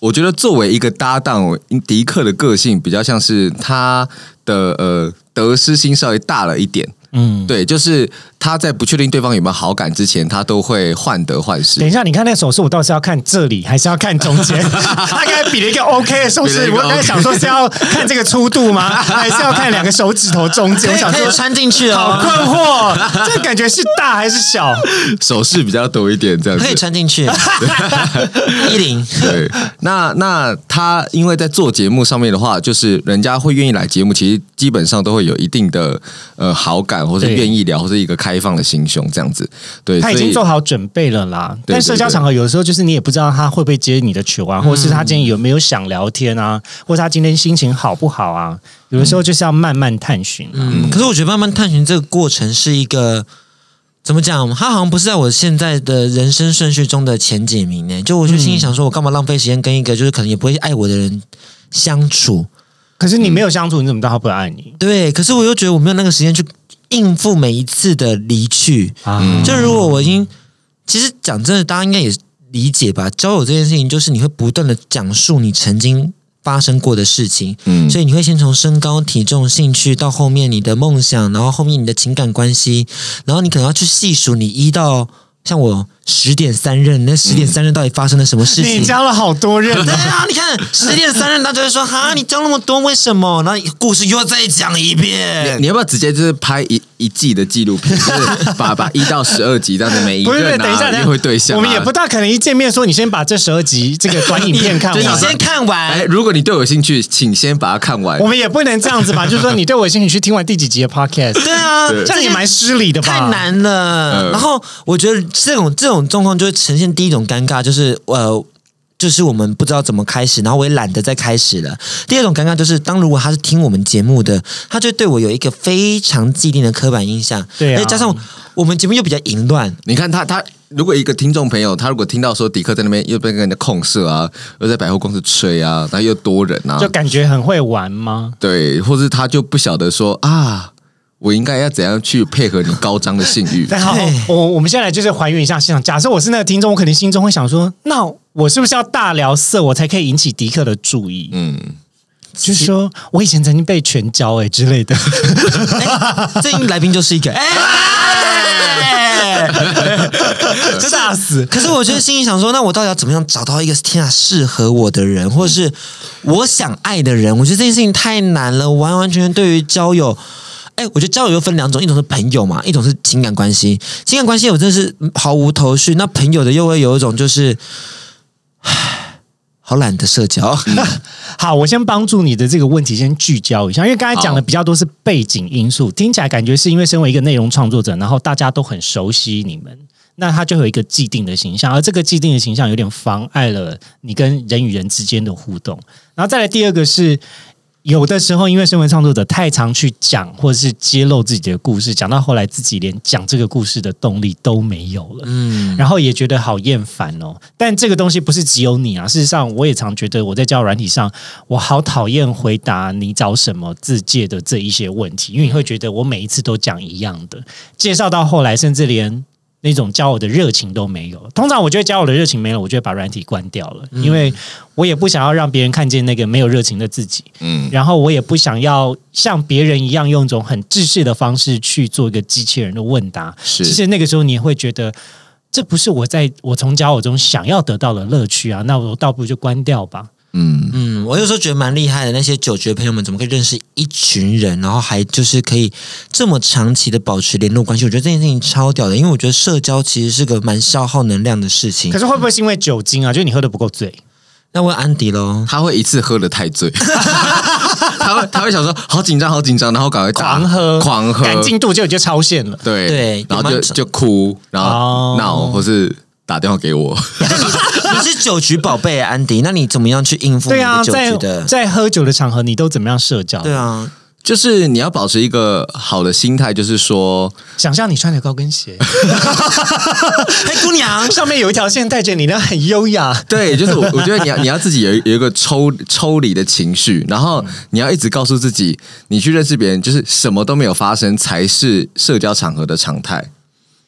C: 我觉得作为一个搭档，我迪克的个性比较像是他的呃得失心稍微大了一点。嗯，对，就是他在不确定对方有没有好感之前，他都会患得患失
A: 等一。下，你看那个手势，我到底是要看这里，还是要看中 间？他刚才比了一个 OK 的手
C: 比了一
A: 势，
C: 个
A: 我刚才
C: OK
A: 想说是要看这个粗度吗？还是要看两个手指头中间？
B: 可
A: 我
B: 以
A: 想
B: 可以
A: 说。
B: 穿进去
A: 好
B: 哦，
A: 困惑，这感觉是大还是小？
C: 手势比较多一点，这样子
B: 可以穿进 去。依林，
C: 对，那那他因为在做节目上面的话，就是人家会愿意来节目，其实基本上都会有一定的呃好感感，或是
A: 对
C: 愿意聊，或是一个开放的心胸这样子。对，
A: 他已
C: 所以
A: 经做好准备了啦。
C: 对
A: 但社交
C: 对对
A: 场合有时候就是你也不知道他会不会接你的球啊，或者是他今天有没有想聊天啊，或者他今天心情好不好啊？有的时
C: 嗯
A: 候就是要慢慢探寻啊、
B: 嗯，可是我觉得慢慢探寻这个过程是一个怎么讲？它好像不是在我现在的人生顺序中的前几名呢。就我就心里
A: 嗯
B: 想说，我干嘛浪费时间跟一个就是可能也不会爱我的人相处？
A: 可是你没有相处，你怎么知道他不爱你
B: 对，可是我又觉得我没有那个时间去应付每一次的离去。
A: 啊？
B: 就如果我已经，其实讲真的，大家应该也理解吧。交友这件事情，就是你会不断的讲述你曾经发生过的事情，
C: 嗯
B: 所以你会先从身高、体重、兴趣，到后面你的梦想，然后后面你的情感关系，然后你可能要去细数你一到像我十点三任，那十点三任到底发生了什么事情？
A: 你交了好多人
B: 对啊，你看十点三任，大家就会说哈，你交那么多，为什么？然后故事又再讲一遍。
C: 你要不要直接就是拍一一季的纪录片，就是把把一到十二集这样子每一
A: 不是，不
C: 任
A: 是，
C: 啊
A: 等一下，等一
C: 约
A: 下
C: 会对象啊，
A: 我们也不大可能一见面说你先把这十二集这个短影片看
B: 你
A: 完。
B: 先看
C: 哎，
B: 完，
C: 如果你对我有兴趣，请先把它看 完
A: 我。们也不能这样子吧？就是说，你对我有兴趣，去听完第几集的 podcast，
B: 对啊，
C: 对
A: 这样也蛮失礼的吧？
B: 太。难了。
C: 嗯
B: 然后我觉得这种这种状况就会呈现第一种尴尬，就是呃。就是我们不知道怎么开始，然后我也懒得再开始了。第二种尴尬就是，当如果他是听我们节目的，他就对我有一个非常既定的刻板印象。哎
A: 对啊
B: 而且加上我们节目又比较 淫乱，
C: 你看他他。如果一个听众朋友，他如果听到说迪克在那边又被人家控射啊，又在百货公司吹啊，然后又多人啊，
A: 就感觉很会玩吗？
C: 对，或是他就不晓得说啊，我应该要怎样去配合你高涨的性 欲。
A: 对，好，哦我我们现在来就是还原一下现场。假设我是那个听众，我肯定心中会想说，那我是不是要大聊色，我才可以引起迪克的注意？嗯，就是说我以前曾经被拳交哎、之类的，
B: 这来宾就是一个哎。
A: 吓死！
B: 可是我就心里想说，那我到底要怎么样找到一个天啊适合我的人，或者是我想爱的人？我觉得这件事情太难了，完完全全对于交友。哎，我觉得交友又分两种，一种是朋友嘛，一种是情感关系。情感关系我真的是毫无头绪，那朋友的又会有一种就是，唉，好懒得社交。
A: 好，我先帮助你的这个问题先聚焦一下，因为刚才讲的比较多是背景因素，听起来感觉是因为身为一个内容创作者，然后大家都很熟悉你们，那他就有一个既定的形象，而这个既定的形象有点妨碍了你跟人与人之间的互动。然后再来第二个是。有的时候，因为身为创作者太常去讲或是揭露自己的故事，讲到后来自己连讲这个故事的动力都没有了。然后也觉得好厌烦哦。但这个东西不是只有你啊，事实上我也常觉得我在交友软体上，我好讨厌回答你找什么自介的这一些问题，因为你会觉得我每一次都讲一样的，介绍到后来甚至连。那种交友的热情都没有。通常我觉得交友的热情没了，我就会把软体关掉了，因为我也不想要让别人看见那个没有热情的自己。
C: 嗯，
A: 然后我也不想要像别人一样用一种很制式的方式去做一个机器人的问答。
C: 是
A: 其实那个时候你也会觉得，这不是我在我从交友中想要得到的乐趣啊，那我倒不如就关掉吧。
B: 嗯，我有时候觉得蛮厉害的，那些酒局的朋友们怎么可以认识一群人，然后还就是可以这么长期的保持联络关系？我觉得这件事情超屌的，因为我觉得社交其实是个蛮消耗能量的事情
A: 可。是会不会是因为酒精啊？就是你喝的不够醉，
B: 那问安 迪喽，
C: 他会一次喝的太醉， 他会他会想说好紧张好紧张，然后赶快打
A: 狂喝，
C: 狂喝，
A: 赶进度就已经超限了。
C: 对
B: 对有
C: 然后
B: 蛮
C: 就
B: 长
C: 就哭，然
A: 哦
C: 后闹，或是打电话给我。
B: 你是酒局宝贝啊安迪，那你怎么样去应付你
A: 对啊，
B: 的酒
A: 在
B: 局的？
A: 在喝酒的场合，你都怎么样社交？
B: 对，啊，
C: 就是你要保持一个好的心态，就是说，
A: 想象你穿着高跟鞋，
B: 嘿，姑 娘，
A: 上面有一条线带着你，那很优雅。
C: 对，就是我 我觉得你要你要自己有一有一个抽抽离的情绪，然后你要一直告诉自己，你去认识别人，就是什么都没有发生才是社交场合的常态。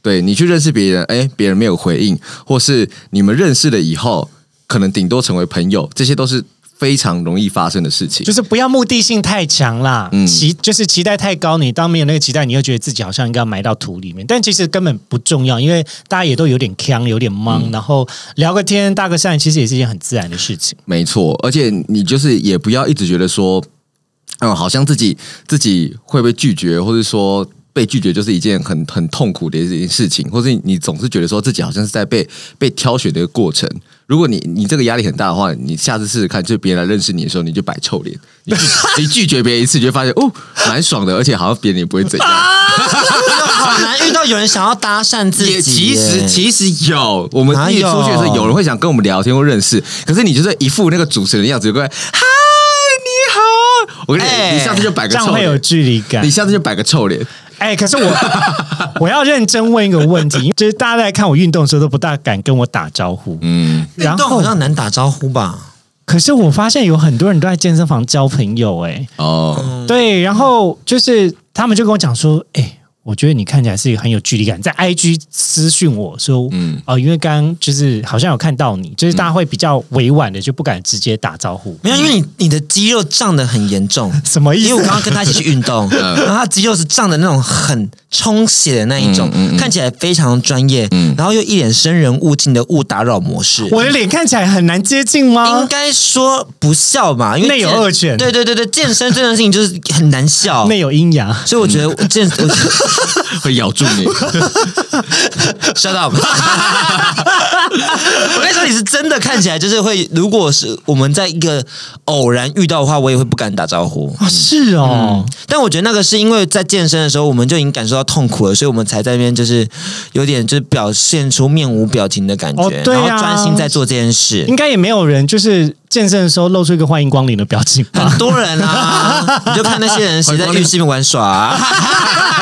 C: 对你去认识别人，哎，别人没有回应，或是你们认识了以后，可能顶多成为朋友，这些都是非常容易发生的事情。
A: 就是不要目的性太强啦，
C: 嗯
A: 期就是期待太高，你当没有那个期待，你又觉得自己好像应该要埋到土里面，但其实根本不重要，因为大家也都有点腔，有点
B: 嗯
A: 懵，然后聊个天搭个讪，其实也是一件很自然的事情。
C: 没错，而且你就是也不要一直觉得说，嗯，好像自己自己会被拒绝，或者说被拒绝就是一件很很痛苦的一件事情，或是你总是觉得说自己好像是在被被挑选的一个过程。如果你你这个压力很大的话，你下次试试看，就是别人来认识你的时候，你就摆臭脸，你拒你拒绝别人一次，你就会发现哦，蛮爽的，而且好像别人也不会 怎样。
B: 好难遇到有人想要搭讪自己耶。
C: 也其实其实有，我们
B: 哪
C: 一起出去的时候，
B: 有
C: 有人会想跟我们聊天或认识，可是你就是一副那个主持人的样子，就会嗨你好，我跟你讲，
B: 哎
C: 你下次就摆
A: 这
C: 个
A: 样
C: 臭
A: 会有
C: 脸，
A: 距离感
C: 你。下次就摆个臭脸，
A: 哎、可 是我我要认真问一个问题，因为就是大家在看我运动的时候都不大敢跟我打招呼。
C: 嗯，
A: 然
B: 运动
A: 后
B: 好，像难打招呼吧？
A: 可是我发现有很多人都在健身房交朋友、哎、
C: 哦，
A: 对，然后就是他们就跟我讲说，哎、我觉得你看起来是一个很有距离感，在 IG 私讯我说，嗯，哦、因为刚刚就是好像有看到你，就是大家会比较委婉的，就不敢直接打招呼，
B: 没有，因为你你的肌肉胀得很严重。
A: 什么意
B: 因为我
A: 思
B: 刚？刚跟他一起去运动，然后他肌肉是胀的那种很充血的那一种，看起来非常专业，然后又一脸生人勿近的勿打扰模式。
A: 我的脸看起来很难接近
B: 应
A: 吗？
B: 该说不笑嘛，因为
A: 内有
B: 健
A: 恶犬
B: 对对对对，健身这件事情就是很难笑，
A: 内有阴阳，
B: 所以我觉得我健我
C: 会咬住你，
B: shut up。我跟你说，你是真的看起来就是会，如果是我们在一个偶然遇到的话，我也会不敢打招呼。
A: 哦是哦，
B: 但我觉得那个是因为在健身的时候，我们就已经感受到痛苦了，所以我们才在那边就是有点就是表现出面无表情的感觉，
A: 哦对啊
B: 然后专心在做这 件事
A: 应。该也没有人就是健身的时候露出一个欢迎光临的表情吧？
B: 很多人啊， 你就看那些人谁在浴室里面玩耍、啊，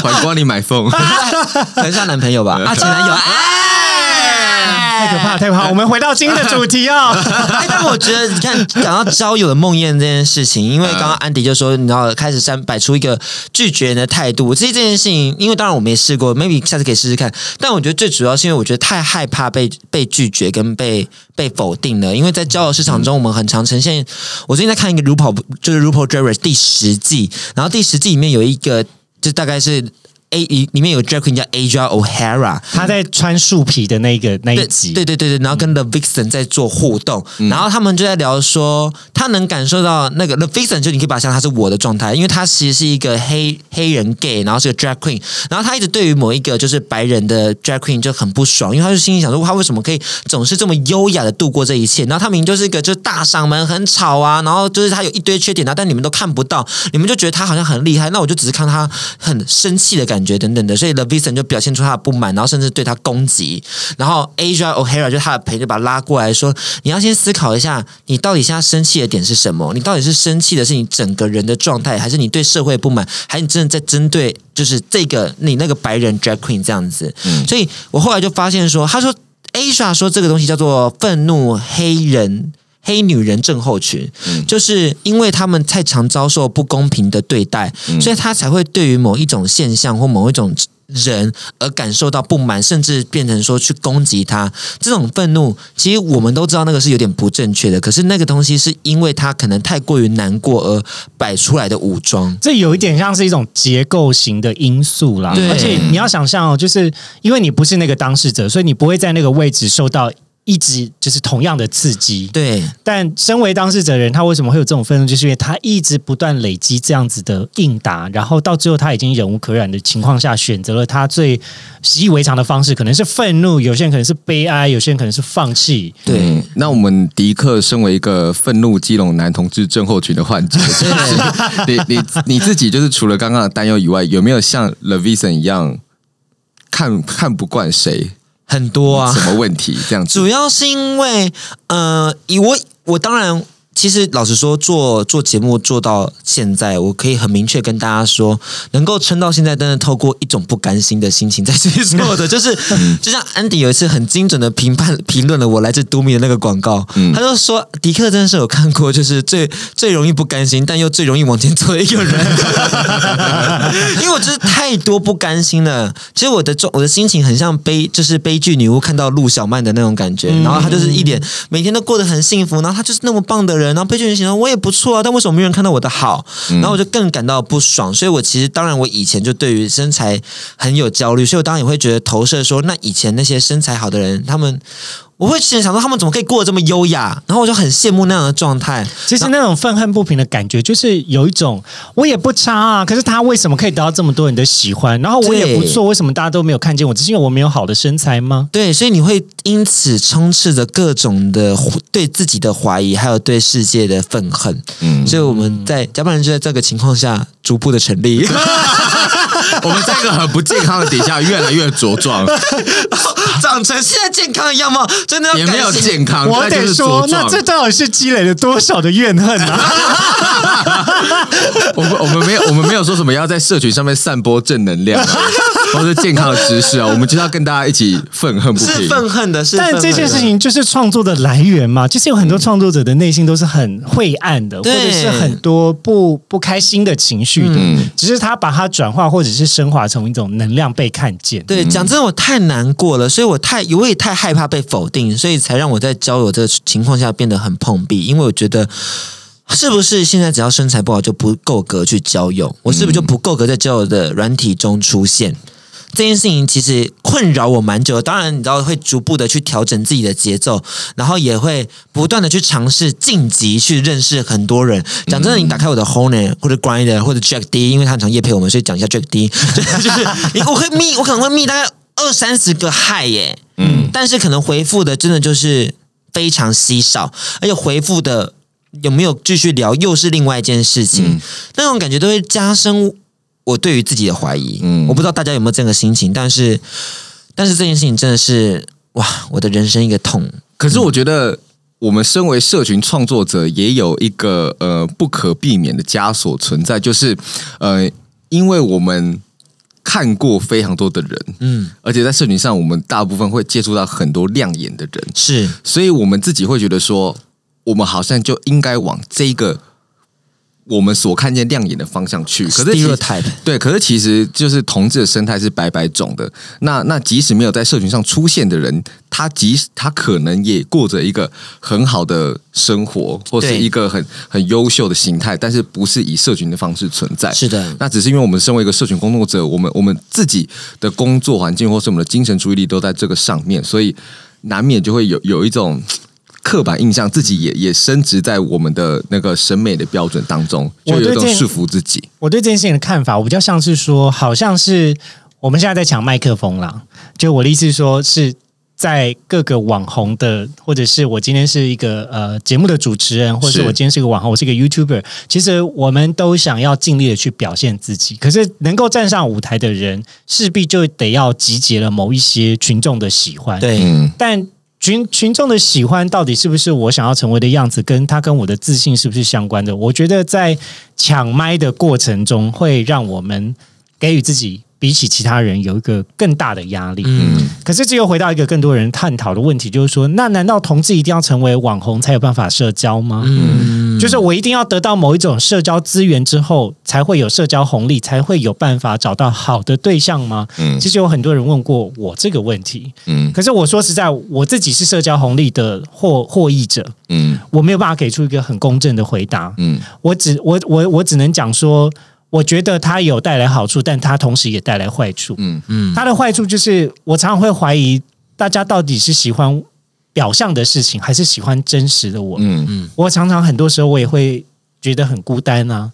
C: 反光你买凤，
B: 可能是她男朋 友吧，啊前男友，哎，
A: 太可怕，太可怕！我们回到今天的主题哦。
B: 哎，但我觉得你看，讲到交友的梦魇这件事情，因为刚刚安迪就说，你知道开始三摆出一个拒绝人的态度。其实这件事情，因为当然我没试过，maybe 下次可以试试看。但我觉得最主要是因为我觉得太害怕被被拒绝跟被被否定了，因为在交友市场中，我们很常呈现。我最近在看一个 RuPaul，就是 RuPaul Drag Race 第十季，然后第十季里面有一个，就大概是 A 里里面有 Drag Queen 叫 Aja O'Hara，
A: 他在穿树皮的那个那一集，嗯
B: 对对对对对，然后跟 The Vixen 在做互动，然后他们就在聊说，他能感受到那个 The Vixen，就你可以把它想成他是我的状态，因为他其实是一个黑黑人 gay，然后是个 drag queen，然后他一直对于某一个就是白人的 drag queen 就很不爽，因为他就心里想说，他为什么可以总是这么优雅的度过这一切？然后他明明就是一个就是大嗓门很吵啊，然后就是他有一堆缺点，然后但你们都看不到，你们就觉得他好像很厉害，那我就只是看他很生气的感觉等等的，所以 The Vixen 就表现出他的不满，然后甚至对他攻击，然后 Asia O'Hara 就他的陪就把他拉过来说，你要先思考一下，你到底现在生气的点是什么？你到底是生气的是你整个人的状态，还是你对社会不满，还是你真的在针对就是这个你那个白人 drag queen 这样子？所以我后来就发现说，他说 Asia 说这个东西叫做愤怒黑人。黑女人症候群，就是因为他们太常遭受不公平的对待，所以他才会对于某一种现象或某一种人而感受到不满，甚至变成说去攻击他。这种愤怒，其实我们都知道那个是有点不正确的，可是那个东西是因为他可能太过于难过而摆出来的武装。
A: 这有一点像是一种结构型的因素啦
B: 对。
A: 而且你要想象哦，就是因为你不是那个当事者，所以你不会在那个位置受到一直就是同样的刺激。
B: 对，
A: 但身为当事者的人，他为什么会有这种愤怒？就是因为他一直不断累积这样子的应答，然后到最后他已经忍无可忍的情况下，选择了他最习以为常的方式，可能是愤怒，有些人可能是悲哀，有些人可能是放弃。
B: 对
C: 嗯，那我们迪克身为一个愤怒基隆男同志症候群的患者，就是你你你自己就是除了刚刚的担忧以外，有没有像 Levison 一样看看不惯谁，
B: 很多啊，
C: 什么问题这样子？
B: 主要是因为，呃，以我我当然，其实老实说，做做节目做到现在，我可以很明确跟大家说，能够撑到现在，真的透过一种不甘心的心情在去做的，就是就像安迪有一次很精准的评判评论了我来自都米的那个广告，他就说迪克真的是有看过，就是最最容易不甘心，但又最容易往前走的一个人。因为我就是太多不甘心了。其实我的状，我的心情很像悲，就是悲剧女巫看到陆小曼的那种感觉。然后她就是一脸每天都过得很幸福，然后她就是那么棒的人。然后悲剧女形容我也不错啊，但为什么没有人看到我的好？然后我就更感到不爽。所以我其实当然我以前就对于身材很有焦虑，所以我当然也会觉得投射说，那以前那些身材好的人，他们我会其实想说他们怎么可以过得这么优雅，然后我就很羡慕那样的状态。
A: 其实那种愤恨不平的感觉，就是有一种我也不差啊，可是他为什么可以得到这么多人的喜欢？然后我也不
B: 对
A: 错，为什么大家都没有看见我？只是因为我没有好的身材吗？
B: 对，所以你会因此充斥着各种的对自己的怀疑，还有对世界的愤恨。嗯，所以我们在甲板人就在这个情况下逐步的成立。
C: 我们在一个很不健康的底下越来越茁壮，
B: 长成现在健康的样貌，真的要
C: 也没有
B: 感谢
C: 健康，
A: 我
C: 但啊就
A: 得
C: 是
A: 说，
C: 茁
A: 那
C: 壮
A: 这。到底是积累了多少的怨恨啊？
C: 我们我们没有我们没有说什么要在社群上面散播正能量啊，或者健康的知识啊，我们就是要跟大家一起愤恨不
B: 是
C: 平。
B: 愤恨的，是 愤
A: 但
B: 恨的。
A: 这件事情就是创作的来源嘛。其实有很多创作者的内心都是很晦暗的，或
B: 对
A: 者是很多不不开心的情绪的，只是他把它转化或者是升华成一种能量被看见。
B: 对，讲真的，我太难过了，所以我太我也太害怕被否定，所以才让我在交友这个情况下变得很碰壁，因为我觉得。是不是现在只要身材不好就不够格去交友？我是不是就不够格在交友的软体中出现？这件事情其实困扰我蛮久的。当然，你知道会逐步的去调整自己的节奏，然后也会不断的去尝试晋级，去认识很多人。讲真的，你打开我的 Honer 或者 Grinder 或者 Jack D，因为他很常夜配我们，所以讲一下 Jack D，就是 就是你我会密，我可能会密大概二三十个嗨耶，嗯，但是可能回复的真的就是非常稀少，而且回复的。有没有继续聊，又是另外一件事情。那种感觉都会加深我对于自己的怀疑。嗯，我不知道大家有没有这样的心情，但是但是这件事情真的是哇，我的人生一个痛。
C: 可是我觉得，我们身为社群创作者，也有一个呃不可避免的枷锁存在，就是呃，因为我们看过非常多的人，
B: 嗯，
C: 而且在社群上，我们大部分会接触到很多亮眼的人，
B: 是
C: 所以我们自己会觉得说，我们好像就应该往这一个我们所看见亮眼的方向去。可是其实
B: stereotype。
C: 对，可是其实就是同志的生态是百百种的。那那即使没有在社群上出现的人，他即使他可能也过着一个很好的生活，或是
B: 对
C: 一个很很优秀的形态，但是不是以社群的方式存在。
B: 是的
C: 那只是因为我们身为一个社群工作者，我们我们自己的工作环境或是我们的精神注意力都在这个上面，所以难免就会有有一种。刻板印象，自己也也升值在我们的那个审美的标准当中，就
A: 我
C: 有
A: 对
C: 一种
A: 这
C: 束缚自己。
A: 我对这件事情的看法，我比较像是说，好像是我们现在在抢麦克风啦。就我的意思是说，是在各个网红的，或者是我今天是一个呃节目的主持人，或者是
C: 是
A: 我今天是一个网红，我是一个 YouTuber。其实我们都想要尽力的去表现自己，可是能够站上舞台的人，势必就得要集结了某一些群众的喜欢。
B: 对，
C: 嗯，
A: 但群群众的喜欢到底是不是我想要成为的样子，跟他跟我的自信是不是相关的？我觉得在抢麦的过程中，会让我们给予自己比起其他人有一个更大的压力。
B: 嗯，
A: 可是这又回到一个更多人探讨的问题，就是说，那难道同志一定要成为网红才有办法社交吗？嗯，就是我一定要得到某一种社交资源之后，才会有社交红利，才会有办法找到好的对象吗？嗯，其实有很多人问过我这个问题。嗯，可是我说实在，我自己是社交红利的获获益者。嗯，我没有办法给出一个很公正的回答。嗯，我只我我我只能讲说。我觉得它有带来好处，但它同时也带来坏处。它的坏处就是，我常常会怀疑大家到底是喜欢表象的事情，还是喜欢真实的我。
C: 嗯
A: 嗯，我常常很多时候我也会觉得很孤单啊，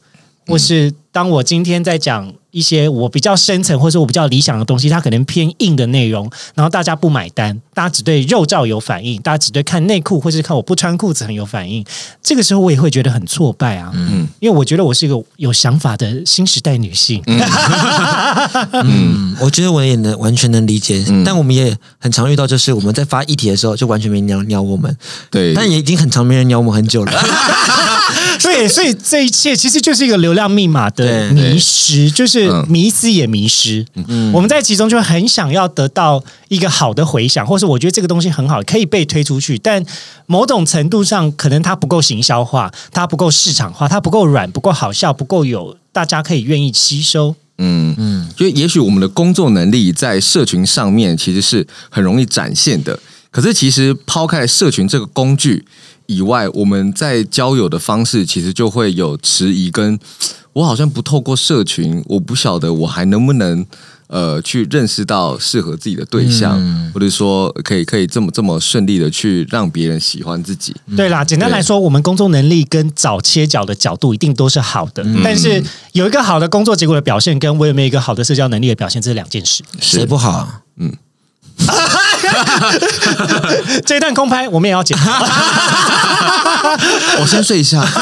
A: 或是当我今天在讲一些我比较深层或是我比较理想的东西，它可能偏硬的内容，然后大家不买单，大家只对肉照有反应，大家只对看内裤或是看我不穿裤子很有反应。这个时候我也会觉得很挫败啊，嗯，因为我觉得我是一个有想法的新时代女性，
B: 嗯，我觉得我也能完全能理解，但我们也很常遇到，就是我们在发议题的时候，就完全没人鸟鸟我们，
C: 对，
B: 但也已经很常没人鸟我们很久了。
A: 对，所以这一切其实就是一个流量密码的
B: 对
A: 迷失，就是
C: 嗯
A: 迷思也迷失。我们在其中就很想要得到一个好的回响，或是我觉得这个东西很好，可以被推出去，但某种程度上，可能它不够行销化，它不够市场化，它不够软，不够好笑，不够有大家可以愿意吸收。
C: 嗯嗯，就也许我们的工作能力在社群上面其实是很容易展现的，可是其实抛开社群这个工具以外，我们在交友的方式其实就会有迟疑跟，我好像不透过社群，我不晓得我还能不能呃去认识到适合自己的对象，
B: 嗯
C: 或者说可以可以这么这么顺利的去让别人喜欢自己。
A: 对啦，简单来说，我们工作能力跟早切角的角度一定都是好的，但是有一个好的工作结果的表现，跟我有没有一个好的社交能力的表现，这是两件事。
B: 谁不好？
A: 这一段空拍我们也要剪，
C: 我哦先睡一下，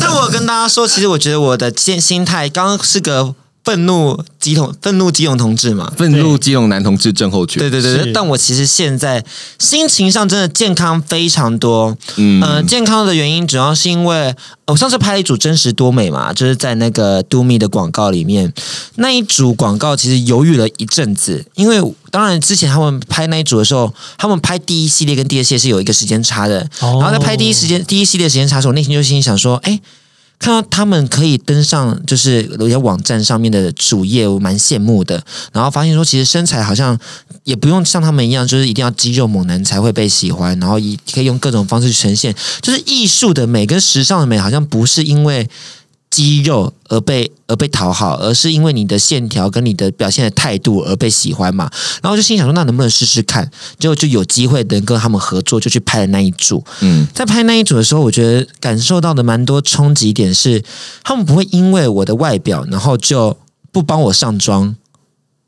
B: 但我跟大家说，其实我觉得我的心心态，刚刚是个愤怒激同愤怒激勇同志嘛。
C: 愤怒基隆男同志症候群。
B: 对对对
A: 是
B: 对，但我其实现在心情上真的健康非常多。嗯、健康的原因主要是因为呃我上次拍了一组真实多美嘛，就是在那个 Do Me 的广告里面，那一组广告其实犹豫了一阵子，因为当然之前他们拍那一组的时候，他们拍第一系列跟第二系列是有一个时间差的，
A: 哦
B: 然后在拍第一时间第一系列的时间差的时候，我内心就心里想说，哎。看到他们可以登上就是有些网站上面的主页，我蛮羡慕的。然后发现说，其实身材好像也不用像他们一样，就是一定要肌肉猛男才会被喜欢，然后也可以用各种方式去呈现，就是艺术的美跟时尚的美，好像不是因为肌肉而被而被讨好，而是因为你的线条跟你的表现的态度而被喜欢嘛。然后就心想说，那能不能试试看？结果就有机会能跟他们合作，就去拍了那一组。
C: 嗯，
B: 在拍那一组的时候，我觉得感受到的蛮多冲击点是，他们不会因为我的外表，然后就不帮我上妆，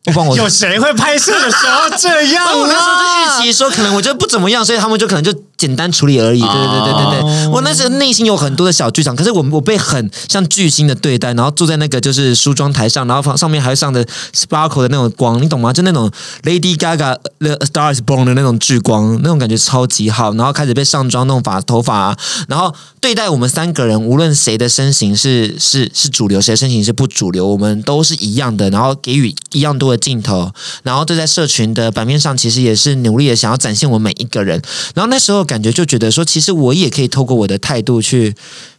B: 不帮我哦
A: 有谁会拍摄的时候这样
B: 我 那时候
A: 啊
B: 就预？期说，可能我觉得不怎么样，所以他们就可能就简单处理而已。对对对对对对，我那时候内心有很多的小剧场，可是我我被很像巨星的对待，然后坐在那个就是梳妆台上，然后放上面还会上的 sparkle 的那种光，你懂吗？就那种 Lady Gaga 的 Stars Born 的那种聚光，那种感觉超级好。然后开始被上妆弄发头发、然后对待我们三个人，无论谁的身形是是是主流，谁的身形是不主流，我们都是一样的，然后给予一样多的镜头，然后对在社群的版面上，其实也是努力的想要展现我们每一个人。然后那时候感觉就觉得说，其实我也可以透过我的态度去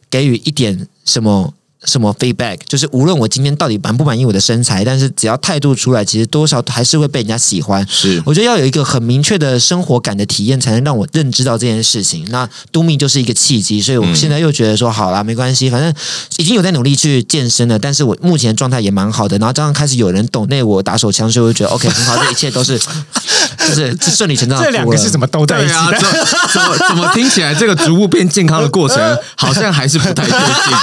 B: 给予一点什么。什么 feedback？就是无论我今天到底满不满意我的身材，但是只要态度出来，其实多少还是会被人家喜欢。
C: 是
B: 我觉得要有一个很明确的生活感的体验，才能让我认知到这件事情。那都米就是一个契机，所以我现在又觉得说，好啦，没关系，反正已经有在努力去健身了，但是我目前的状态也蛮好的。然后加上开始有人懂内我打手枪，所以我就觉得 OK 很好，这一切都是就是是顺理成章的。
A: 这两个是怎
B: 么？
A: 么兜在一
C: 对
A: 起
C: 啊，
A: 的？
C: 怎么怎么怎么听起来这个逐步变健康的过 程，好像还是不太对劲。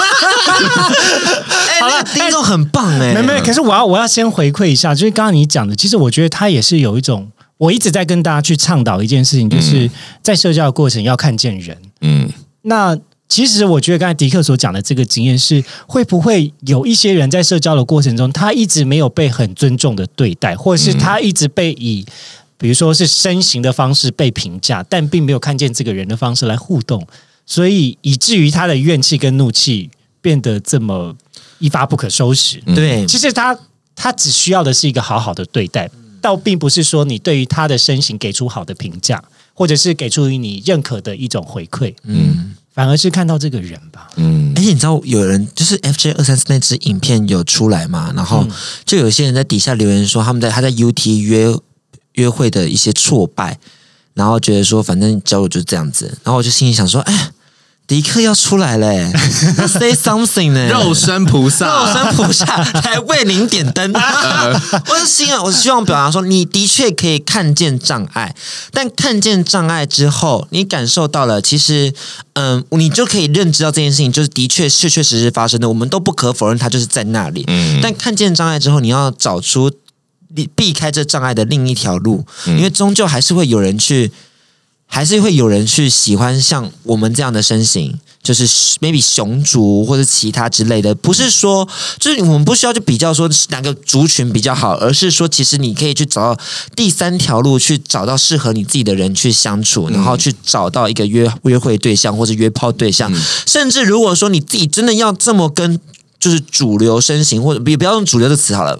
B: 哎、那个听众很棒哎、
A: 没有没有，可是我要我要先回馈一下，就是刚刚你讲的，其实我觉得他也是有一种，我一直在跟大家去倡导一件事情，
B: 嗯
A: 就是在社交的过程要看见人。
C: 嗯，
A: 那其实我觉得刚才迪克所讲的这个经验是，会不会有一些人在社交的过程中，他一直没有被很尊重的对待，或者是他一直被以。比如说是身形的方式被评价，但并没有看见这个人的方式来互动，所以以至于他的怨气跟怒气变得这么一发不可收拾。
B: 对，
A: 其实他他只需要的是一个好好的对待，倒并不是说你对于他的身形给出好的评价，或者是给出于你认可的一种回馈，
B: 嗯。
A: 反而是看到这个人吧。
B: 而且你知道有人就是 FJ 二三四那支影片有出来嘛，然后就有些人在底下留言说他们在他在 UT 约约会的一些挫败，然后觉得说反正交友就是这样子，然后我就心里想说，哎，迪克要出来嘞、 那，say something 呢、
C: 肉身菩
B: 肉
C: 萨，
B: 身菩萨来为您点灯。 我是希望，我是希望表达说，你的确可以看见障碍，但看见障碍之后，你感受到了，其实，嗯，你就可以认知到这件事情，就是的确确确实实发生的，我们都不可否认，它就是在那里。但看见障碍之后，你要找出你避开这障碍的另一条路，因为终究还是会有人去。还是会有人去喜欢像我们这样的身形，就是 maybe 熊族或者其他之类的。不是说，就是我们不需要去比较说哪个族群比较好，而是说，其实你可以去找到第三条路，去找到适合你自己的人去相处，然后去找到一个约约会对象或者约炮对象。甚至如果说你自己真的要这么跟。就是主流身形，或者也不要用主流的词好了，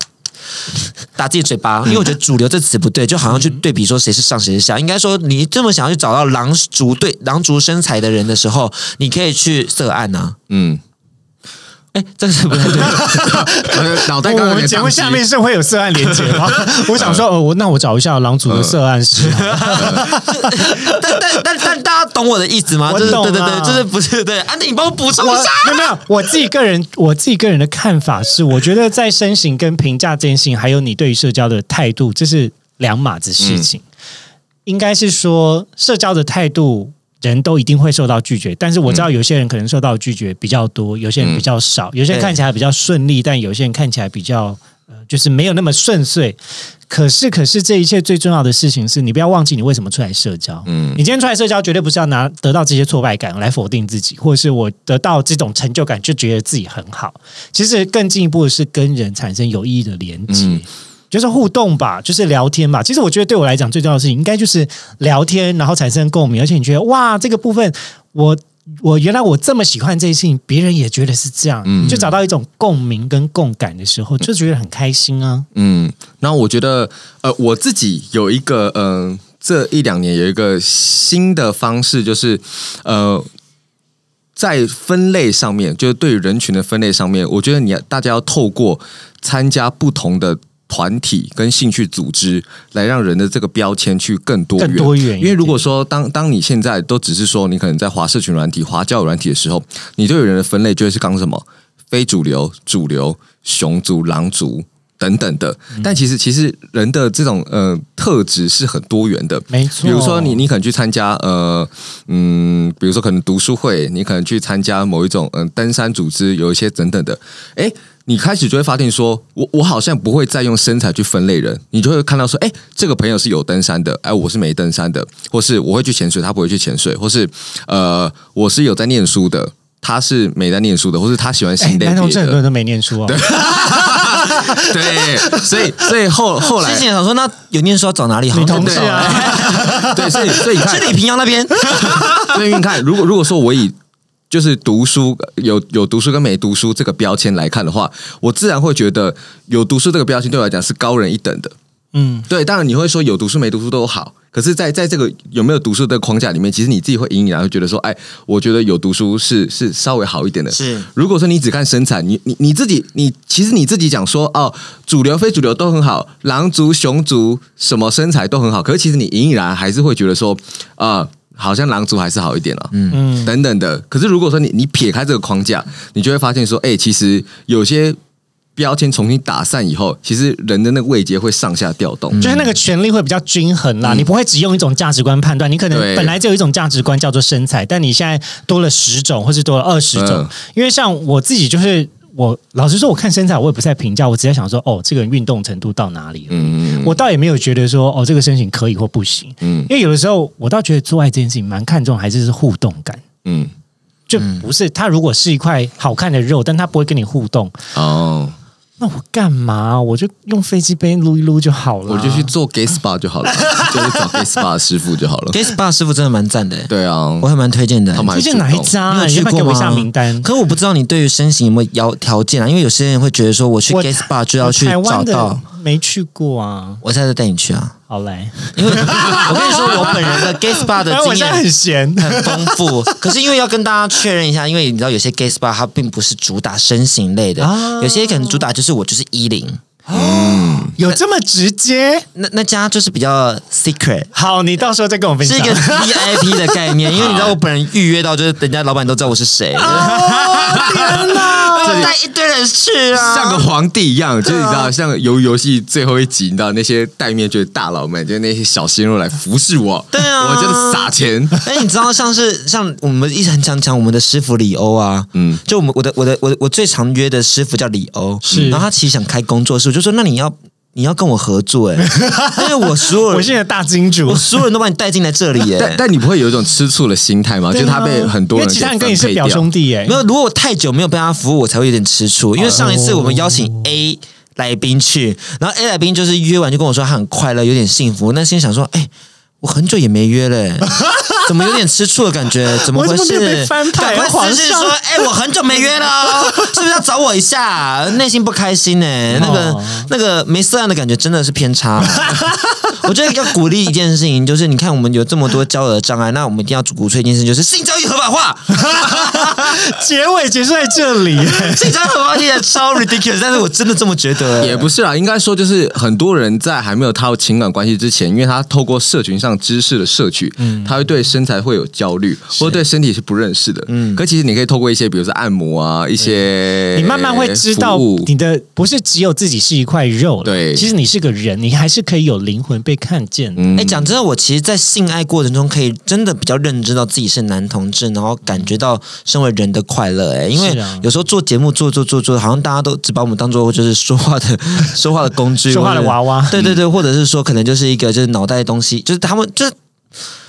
B: 打自己嘴巴，因为我觉得“主流”这词不对，就好像去对比说谁是上谁是下。应该说，你这么想要去找到狼族对狼族身材的人的时候，你可以去涉案啊。
C: 嗯，
B: 哎、哎，这是不 太对。
E: 我的呃脑袋
A: 我
E: 刚刚有
A: 们
E: 点
A: 节目
E: 宕机
A: 下面是会有涉案连接 吗？我想说，哦，我那我找一下狼族的涉案啊是，
B: 但但但但大家懂我的意思吗？
A: 我
B: 就是
A: 懂
B: 对对
A: 啊
B: 对，就是不是对啊？那你帮我补充
A: 我
B: 一下。
A: 没有没有，我自己个人 我自己个人的看法是，我觉得在身形跟评价这件事情，还有你对于社交的态度，这是两码子事情。应该是说社交的态度，人都一定会受到拒绝，但是我知道有些人可能受到拒绝比较多，有些人比较少，有些人看起来比较顺利，但有些人看起来比较呃，就是没有那么顺遂。可是，可是这一切最重要的事情是你不要忘记你为什么出来社交。嗯，你今天出来社交，绝对不是要拿得到这些挫败感来否定自己，或者是我得到这种成就感就觉得自己很好。其实更进一步的是跟人产生有意义的连接。
E: 嗯
A: 就是互动吧，就是聊天吧。其实我觉得对我来讲最重要的事情，应该就是聊天，然后产生共鸣。而且你觉得哇，这个部分我我原来我这么喜欢这些事情，别人也觉得是这样，
E: 嗯
A: 就找到一种共鸣跟共感的时候，就觉得很开心啊。
E: 嗯，然后我觉得，呃，我自己有一个，嗯、这一两年有一个新的方式，就是，呃，在分类上面，就是对于人群的分类上面，我觉得你要大家要透 过参加不同的。团体跟兴趣组织来让人的这个标签去更多元，
A: 更多元一点
E: 因为如果说当当你现在都只是说你可能在华社群软体、华教软体的时候，你对人的分类就会是刚什么非主流、主流、熊族、狼族等等的。但其实其实人的这种呃特质是很多元的，
A: 没错
E: 比如说你你可能去参加呃嗯，比如说可能读书会，你可能去参加某一种嗯、登山组织，有一些等等的，诶，你开始就会发现说，我我好像不会再用身材去分类人，你就会看到说，诶，这个朋友是有登山的，哎，我是没登山的，或是我会去潜水，他不会去潜水，或是呃，我是有在念书的。他是没在念书的，或是他喜欢
A: 哎
E: 新类别
A: 男同志很多
E: 的，
A: 人都没念书哦，
E: 对，所以所以后后来
B: 之前想说，那有念书要找哪里好？
A: 女同志 啊，
E: 对，所以所以你看
B: 哎是，李平遥那边。
E: 所以你看，如果如果说我以就是读书有有读书跟没读书这个标签来看的话，我自然会觉得有读书这个标签对我来讲是高人一等的。
A: 嗯，
E: 对，当然你会说有读书没读书都好，可是在，在这个有没有读书的框架里面，其实你自己会隐隐然会觉得说，哎，我觉得有读书是是稍微好一点的。
B: 是
E: 如果说你只看身材，你你你自己，你其实你自己讲说，哦，主流非主流都很好，狼族、熊族什么身材都很好，可是其实你隐隐然还是会觉得说，啊、好像狼族还是好一点了、嗯
A: 嗯
E: 等等的。可是如果说你你撇开这个框架，你就会发现说，哎、其实有些标签重新打散以后，其实人的那个位阶会上下调动。
A: 就是那个权利会比较均衡啦，你不会只用一种价值观判断，你可能
E: 嗯对
A: 本来就有一种价值观叫做身材，但你现在多了十种，或是多了二十种
E: 嗯，
A: 因为像我自己就是。我老实说，我看身材我也不太评价，我只在想说，哦，这个人运动程度到哪里了？
E: 嗯，
A: 我倒也没有觉得说，哦，这个身形可以或不行。
E: 嗯
A: 因为有的时候，我倒觉得做爱这件事情蛮看重，还是是互动感，
E: 嗯，
A: 就不是它如果是一块好看的肉，但它不会跟你互动，
E: 哦，
A: 那我干嘛？我就用飞机杯撸一撸就好了。
E: 我就去做 gay spa 就 好了，就是找 gay spa 的师傅就好了。
B: Gay Spa 师傅真的蛮赞的，
E: 对啊
B: 我，还蛮推荐的。
E: 他们还
A: 推荐哪一家、
B: 你
A: 啊？
B: 有
A: 你
B: 去
A: 要不要
B: 过
A: 给我一
B: 吗？
A: 下名单？
B: 可我不知道你对于身形有没有要条件啊，因为有些人会觉得说，我去
A: 我
B: gay spa 就要去
A: 台湾
B: 找
A: 的
B: 到，
A: 没去过啊。
B: 我现在带你去啊。
A: 好来，
B: 因为我跟你说，我本 人的 gay spa 的
A: 但我
B: 经
A: 现在很
B: 验嗯
A: 闲。
B: 很丰富，可是因为要跟大家确认一下，因为你知道有些 gay spa 它并不是主打身形类的，
A: 啊
B: 有些可能主打就是我就是一零，
A: 有这么直接？
B: 那那家就是比较 secret。
A: 好，你到时候再跟我分
B: 是
A: 享。
B: 一 个 VIP 的概念，因为你知道我本人预约到，就是人家老板都知道我是谁，
A: 哦天 哪！
B: 我带一堆人去啊，
E: 像个皇帝一样，就是你知
A: 啊
E: 道，像游游戏最后一集，你知道那些戴面具的大佬们，就是那些小鲜肉来服侍我，
B: 对啊
E: 我就是撒钱，
B: 哎，你知道像是像我们一直很常讲我们的师傅李欧啊，嗯，就我们我的我的我的我最常约的师傅叫李欧，
A: 是
B: 然后他其实想开工作室，我就说那你要你要跟我 合作哎、因为我所有
A: 我现在
B: 人
A: 大金主
B: 我，所有人都把你带进来这里哎、
E: 但但你不会有一种吃醋的心态吗？就是他被很多
A: 啊因
E: 人
A: 为其他人
E: 给
A: 跟你是
E: 分配掉
A: 表兄弟耶、
B: 没有，如果我太久没有被他服务，我才会有点吃醋。
A: 哦
B: 因为上一次我们邀请 A 来宾去，然后 A 来宾就是约完就跟我说他很快乐，有点幸福。那心想说，哎、我很久也没约了、 欸怎么有点吃醋的感觉？怎么回
A: 我怎么没有被
B: 事？
A: 翻牌啊
B: 赶快
A: 皇
B: 私信
A: 上
B: 说，哎、我很久没约了哦，是不是要找我一下？内心不开心呢、那个、
A: 哦
B: 那个没色案的感觉真的是偏差。啊我觉得要鼓励一件事情，就是你看我们有这么多交友的障碍，那我们一定要鼓吹一件事情，就是性交易合 法化。
A: 结尾结束在这里，
B: 性交易合法化听起来 超 ridiculous，但是我真的这么觉得、
C: 也不是啦，应该说就是很多人在还没有踏入情感关系之前，因为他透过社群上知识的摄取，
A: 嗯
C: 他会对身材会有焦虑，或对身体是不认识的。嗯，可其实你可以透过一些，比如说按摩啊，一些
A: 你慢慢会知道
C: 服务
A: 你的不是只有自己是一块肉了，
C: 哎对
A: 其实你是个人，你还是可以有灵魂被看见的。
B: 哎、讲真的，我其实，在性爱过程中，可以真的比较认知到自己是男同志，然后感觉到身为人的快乐、哎，因为
A: 是啊
B: 有时候做节目做做做做，好像大家都只把我们当做就是说话的 说话的工 具，
A: 说话的
B: 或者
A: 娃娃嗯
B: 对对对，或者是说可能就是一个就是脑袋的东西，就是他们就是。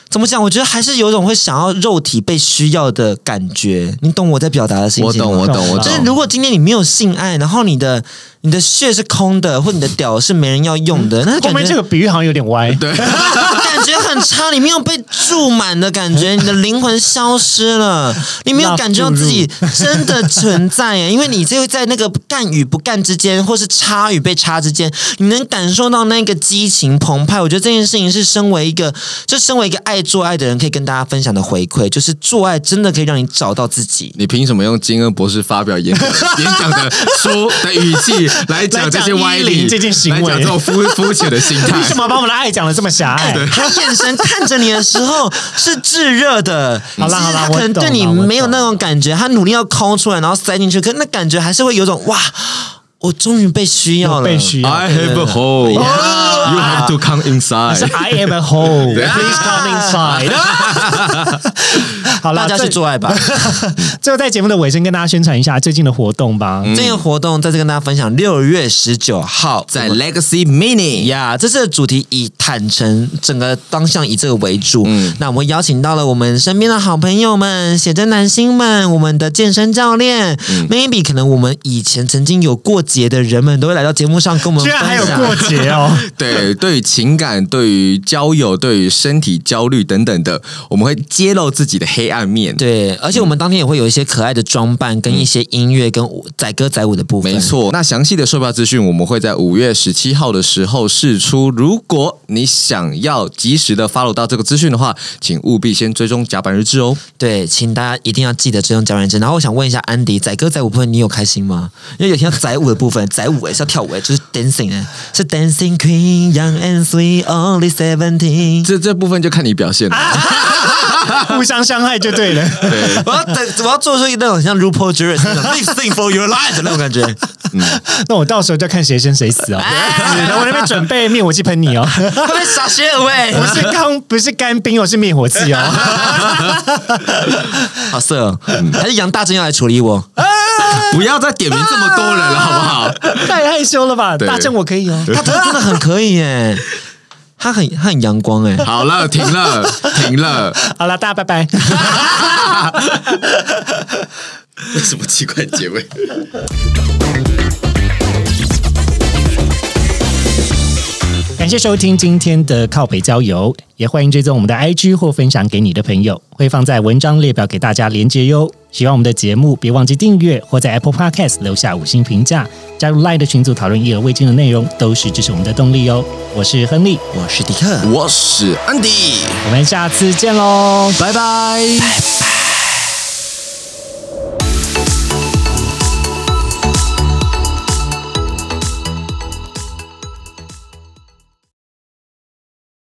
B: 怎么讲？我觉得还是有一种会想要肉体被需要的感觉，你懂我在表达的心
C: 我
B: 情吗？
C: 懂，我懂，我
A: 就
B: 就是
C: 懂。
B: 如果今天你没有性爱，然后你的你的血是空的，或你的屌是没人要用的，那
A: 后
B: 感觉
A: 面嗯这个比喻好像有点歪，对，
B: 感觉很差，你没有被注满的感觉，你的灵魂消失了，你没有感觉到自己真的存在耶，因为你就在那个干与不干之间，或是插与被插之间，你能感受到那个激情澎湃。我觉得这件事情是身为一个，就身为一个爱做爱的人，可以跟大家分享的回馈，就是做爱真的可以让你找到自己。
C: 你凭什么用金恩博士发表演讲演讲的 说的语气来讲这些歪
A: 来讲
C: 理
A: 依林这件行为
C: 来讲这种肤肤浅的心态
A: 为？什么把我们的爱讲的这么狭隘？
B: 他眼神看着你的时候是炙热的，
A: 好啦
B: 其
A: 好
B: 实
A: 啦
B: 他
A: 我
B: 可能对
A: 懂
B: 你
A: 了我
B: 没有
A: 懂
B: 那种感觉，他努力要抠出来，然后塞进去，可那感觉还是会有种哇，我终于被需要
A: 有
B: 了，
A: 被需要
C: I have a hole. You have to come
A: 是
C: inside.
A: I am a hole, please come inside 。好了，
B: 大家去
A: 最
B: 做爱 吧。
A: 最后在节目的尾声跟大家宣传一下最近的活动吧。
B: 这个活动在这跟大家分享，六月十九号
C: 在
B: 我们
C: Legacy Mini，
B: 呀这次的主题以坦诚整个方向以这个为主。嗯，那我们邀请到了我们身边的好朋友们、写真男星们、我们的健身教练、
A: 嗯
B: m a y b e 可能我们以前曾经有过节的人们都会来到节目上跟我们
A: 居
B: 分
A: 然啊
B: 享。
A: 还有过节哦！
C: 对，对于情感、对于交友、对于身体焦虑等等的，我们会揭露自己的黑暗面。，
B: 对，而且我们当天也会有一些可爱的装扮，跟一些音乐，跟舞载歌载舞的部分。
C: 没，错。那详细的售票资讯，我们会在五月十七号的时候释出。如果你想要及时的 follow 到这个资讯的话，请务必先追踪甲板日志哦。
B: 对，请大家一定要记得这用教软针。然后我想问一下安迪，载歌载舞部分你有开心吗？因为有听到载舞的部分，载舞诶是要跳舞诶，就是 dancing 诶，是 dancing queen young and sweet only seventeen。
C: 这这部分就看你表现了。
B: 嗯
A: 互相伤害就 对了。
B: 我要等，我要做出那种像 RuPaul j u r i s 那种 lip sync for your life 的那种感觉。
A: 那我到时候就看谁先谁死哦。
B: 哎
A: 然后我那边准备灭火器喷你哦，
B: 会不会傻些 喂？
A: 不是刚不是干冰哦，是灭火器哦。
B: 好色、哦，还是杨大正要来处理我？
C: 不要再点名这么多人了，好不好？
A: 太害羞了吧，
C: 对
A: 大正我可以哦。
B: 他头真的很可以耶，他很他很阳光哎。
C: 好了，停了，停了。
A: 好了，大家拜拜。
C: 为什么奇怪结尾？
A: 感谢收听今天的靠北郊游，也欢迎追踪我们的 IG 或分享给你的朋友，会放在文章列表给大家连接哟。喜欢我们的节目，别忘记订阅或在 Apple Podcast 留下五星评价，加入 Line 的群组讨论意犹未尽的内容，都是支持我们的动力哟。我是亨利，
B: 我是迪克，
C: 我是安迪，
A: 我们下次见喽，
C: 拜拜。